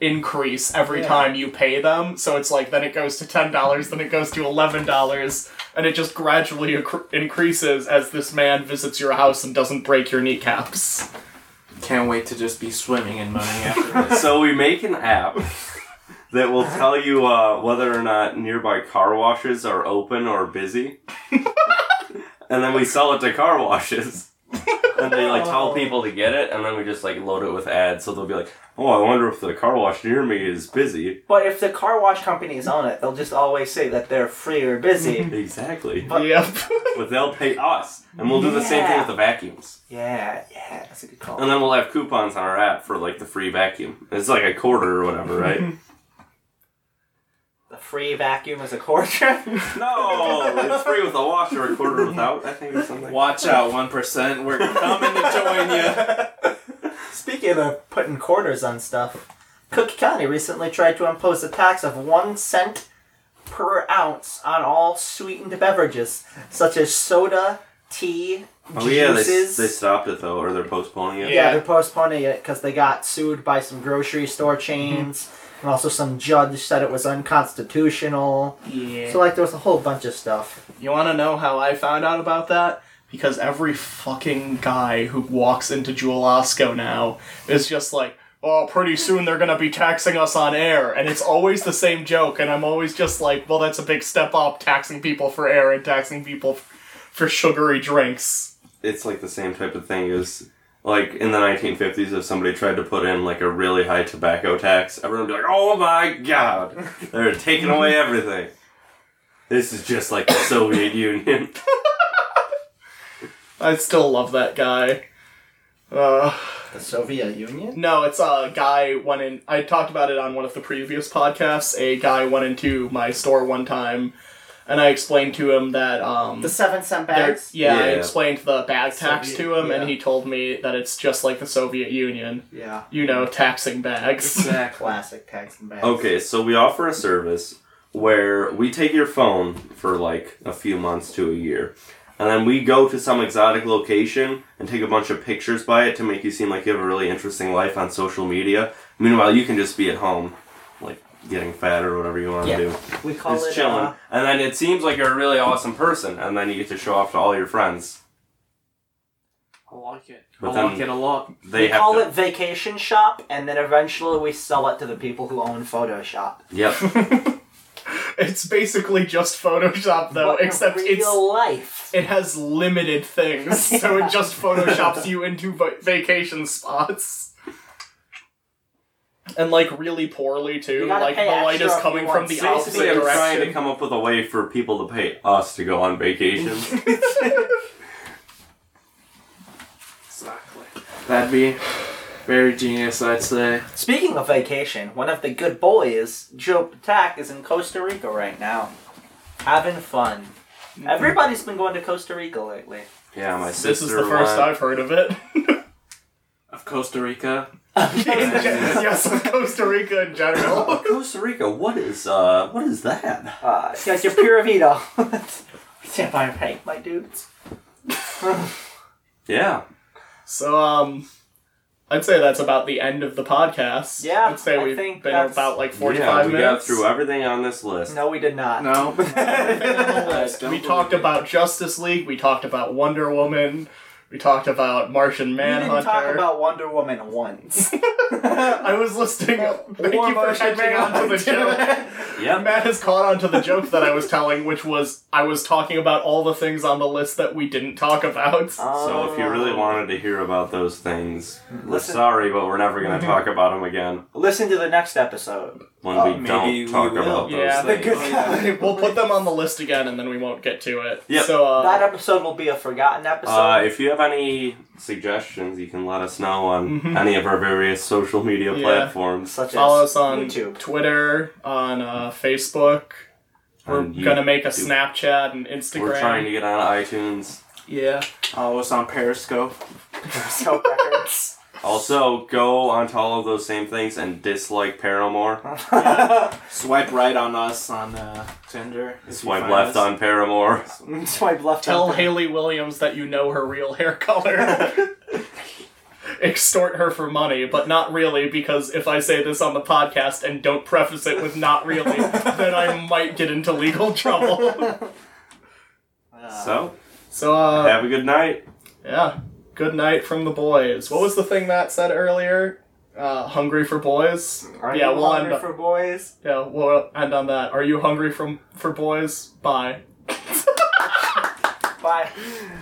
[SPEAKER 1] increase every
[SPEAKER 3] Yeah.
[SPEAKER 1] time you pay them. So it's like then it goes to ten dollars, then it goes to eleven dollars, and it just gradually accr increases as this man visits your house and doesn't break your kneecaps.
[SPEAKER 4] Can't wait to just be swimming in money after this.
[SPEAKER 2] so we make an app that will tell you uh, whether or not nearby car washes are open or busy, and then we sell it to car washes. and they like tell people to get it, and then we just like load it with ads. So they'll be like, "Oh, I wonder if the car wash near me is busy."
[SPEAKER 3] But if the car wash companies own it, they'll just always say that they're free or busy.
[SPEAKER 2] Exactly,
[SPEAKER 3] But-
[SPEAKER 1] yep.
[SPEAKER 2] but they'll pay us, and we'll do the same thing with the vacuums.
[SPEAKER 3] yeah, yeah, that's a good call.
[SPEAKER 2] And then we'll have coupons on our app for like the free vacuum. It's like a quarter or whatever, right?
[SPEAKER 3] The free vacuum is a quarter.
[SPEAKER 2] no, it's free with a washer, a quarter without. I think or something.
[SPEAKER 4] Watch out, one percent. We're coming to join you.
[SPEAKER 3] Speaking of putting quarters on stuff, Cook County recently tried to impose a tax of one cent per ounce on all sweetened beverages, such as soda, tea,
[SPEAKER 2] Oh yeah, they,
[SPEAKER 3] juices.
[SPEAKER 2] they stopped it though, or they're postponing it.
[SPEAKER 3] yeah,
[SPEAKER 1] Yeah.
[SPEAKER 3] they're postponing it because they got sued by some grocery store
[SPEAKER 1] Mm-hmm.
[SPEAKER 3] chains, and also some judge said it was unconstitutional.
[SPEAKER 1] Yeah.
[SPEAKER 3] So like, there was a whole bunch of stuff.
[SPEAKER 1] You want to know how I found out about that? Because every fucking guy who walks into Jewel Osco now is just like, oh, pretty soon they're going to be taxing us on air. And it's always the same joke. And I'm always just like, well, that's a big step up taxing people for air and taxing people f- for sugary drinks.
[SPEAKER 2] It's like the same type of thing as like in the 1950s if somebody tried to put in like a really high tobacco tax, everyone would be like, "Oh my god, they're taking away everything." This is just like the Soviet Union.
[SPEAKER 1] I still love that guy. Uh,
[SPEAKER 3] The Soviet Union.
[SPEAKER 1] no, it's a guy went in. I talked about it on one of the previous podcasts. A guy went into my store one time, and I explained to him that um,
[SPEAKER 3] The seven cent
[SPEAKER 1] They're-
[SPEAKER 3] bags.
[SPEAKER 1] Yeah, I
[SPEAKER 2] Yeah.
[SPEAKER 1] explained the bag tax to
[SPEAKER 3] Soviet-
[SPEAKER 1] him, and
[SPEAKER 3] yeah.
[SPEAKER 1] he told me that it's just like the Soviet Union,
[SPEAKER 3] Yeah.
[SPEAKER 1] you know, taxing bags.
[SPEAKER 4] Exactly.
[SPEAKER 3] Classic tax and bags.
[SPEAKER 2] Okay, so we offer a service where we take your phone for like a few months to a year, and then we go to some exotic location and take a bunch of pictures by it to make you seem like you have a really interesting life on social media. Meanwhile, you can just be at home, like getting fat or whatever you want to
[SPEAKER 3] Yeah.
[SPEAKER 2] do.
[SPEAKER 3] We call
[SPEAKER 2] Just
[SPEAKER 3] it.
[SPEAKER 2] chilling.
[SPEAKER 3] uh,
[SPEAKER 2] and then it seems like you're a really awesome person, and then you get to show off to all your friends.
[SPEAKER 4] I like it.
[SPEAKER 2] But
[SPEAKER 4] I
[SPEAKER 2] then-
[SPEAKER 4] like it a lot.
[SPEAKER 2] They
[SPEAKER 3] we
[SPEAKER 2] have
[SPEAKER 3] call
[SPEAKER 2] to.
[SPEAKER 3] it vacation shop, and then eventually we sell it to the people who own Photoshop.
[SPEAKER 2] Yep.
[SPEAKER 1] it's basically just Photoshop, though,
[SPEAKER 3] But in
[SPEAKER 1] except
[SPEAKER 3] real
[SPEAKER 1] it's
[SPEAKER 3] life.
[SPEAKER 1] it has limited things, so it just photoshops you into va- vacation spots. And like really poorly
[SPEAKER 3] You
[SPEAKER 1] too.
[SPEAKER 3] gotta
[SPEAKER 1] Like the
[SPEAKER 3] pay
[SPEAKER 1] light
[SPEAKER 3] extra
[SPEAKER 1] is
[SPEAKER 3] if you
[SPEAKER 1] coming
[SPEAKER 3] want
[SPEAKER 1] from the
[SPEAKER 3] safety.
[SPEAKER 1] opposite
[SPEAKER 2] Basically, I'm trying to
[SPEAKER 1] direction.
[SPEAKER 2] come up with a way for people to pay us to go on vacation.
[SPEAKER 4] Exactly. That'd be very genius, I'd say.
[SPEAKER 3] Speaking of vacation, one of the good boys, Joe Patak, is in Costa Rica right now, having fun. Everybody's been going to Costa Rica lately.
[SPEAKER 2] Yeah, my sister.
[SPEAKER 1] This is the first
[SPEAKER 2] went.
[SPEAKER 1] I've heard of it.
[SPEAKER 4] Of Costa Rica.
[SPEAKER 1] yes, Costa Rica in general.
[SPEAKER 2] Oh, Costa Rica. What is uh? What is that?
[SPEAKER 3] Uh, it's like your Pura Vida. Stand by and paint, my dudes.
[SPEAKER 2] Yeah.
[SPEAKER 1] So, um, I'd say that's about the end of the podcast.
[SPEAKER 3] Yeah,
[SPEAKER 1] I'd say
[SPEAKER 3] I
[SPEAKER 1] we've
[SPEAKER 3] think
[SPEAKER 1] been
[SPEAKER 3] that's-
[SPEAKER 1] about like
[SPEAKER 2] yeah,
[SPEAKER 1] forty-five
[SPEAKER 2] we got
[SPEAKER 1] minutes.
[SPEAKER 2] through everything on this list.
[SPEAKER 3] No, we did not.
[SPEAKER 4] No.
[SPEAKER 1] we talked about Justice League. We talked about Wonder Woman. We talked about Martian
[SPEAKER 3] we didn't
[SPEAKER 1] Manhunter.
[SPEAKER 3] talk about Wonder Woman once.
[SPEAKER 1] I was listening. Thank
[SPEAKER 3] Or
[SPEAKER 1] you for
[SPEAKER 3] Martian
[SPEAKER 1] catching on to the joke.
[SPEAKER 2] Yep.
[SPEAKER 1] Matt has caught on to the joke that I was telling, which was I was talking about all the things on the list that we didn't talk about.
[SPEAKER 3] Uh,
[SPEAKER 2] So if you
[SPEAKER 3] Um,
[SPEAKER 2] really wanted to hear about those things, we're
[SPEAKER 3] Listen.
[SPEAKER 2] sorry, but we're never
[SPEAKER 1] Mm-hmm.
[SPEAKER 2] going to talk about them again
[SPEAKER 3] listen to the next episode.
[SPEAKER 2] when
[SPEAKER 3] Uh,
[SPEAKER 2] we
[SPEAKER 4] maybe
[SPEAKER 2] don't
[SPEAKER 4] we
[SPEAKER 2] talk
[SPEAKER 4] will. Oh,
[SPEAKER 2] about
[SPEAKER 1] Yeah,
[SPEAKER 2] those
[SPEAKER 1] the
[SPEAKER 2] things.
[SPEAKER 3] good-
[SPEAKER 1] we'll put them on the list again, and then we won't get to it.
[SPEAKER 2] Yep.
[SPEAKER 1] So uh,
[SPEAKER 3] That episode will be a forgotten episode.
[SPEAKER 2] Uh, if you have any suggestions, you can let us know on
[SPEAKER 1] Mhm.
[SPEAKER 2] any of our various social media
[SPEAKER 1] Yeah.
[SPEAKER 2] platforms.
[SPEAKER 3] such as
[SPEAKER 1] Follow us on
[SPEAKER 3] YouTube.
[SPEAKER 1] Twitter, on uh, Facebook, We're
[SPEAKER 2] And you-
[SPEAKER 1] gonna make a
[SPEAKER 2] do-
[SPEAKER 1] Snapchat and Instagram.
[SPEAKER 2] We're trying to get on iTunes.
[SPEAKER 1] yeah.
[SPEAKER 4] Oh, it's on Periscope.
[SPEAKER 3] Scope records.
[SPEAKER 2] Also, go onto all of those same things and dislike Paramore.
[SPEAKER 4] Swipe right on us on uh, Tinder. if you
[SPEAKER 2] Swipe
[SPEAKER 4] find
[SPEAKER 2] left
[SPEAKER 4] us.
[SPEAKER 2] on Paramore.
[SPEAKER 3] Swipe left.
[SPEAKER 1] Tell
[SPEAKER 3] on-
[SPEAKER 1] Haley Williams that you know her real hair color. Extort her for money, but not really, because if I say this on the podcast and don't preface it with not really, then I might get into legal trouble.
[SPEAKER 3] Uh,
[SPEAKER 2] So,
[SPEAKER 1] So, uh,
[SPEAKER 2] have a good night.
[SPEAKER 1] yeah. Good night from the boys. What was the thing Matt said earlier? Uh, hungry for boys?
[SPEAKER 3] Are
[SPEAKER 1] yeah,
[SPEAKER 3] you
[SPEAKER 1] we'll
[SPEAKER 3] hungry
[SPEAKER 1] end up-
[SPEAKER 3] for boys.
[SPEAKER 1] Yeah, we'll end on that. Are you hungry from for boys? Bye.
[SPEAKER 3] Bye.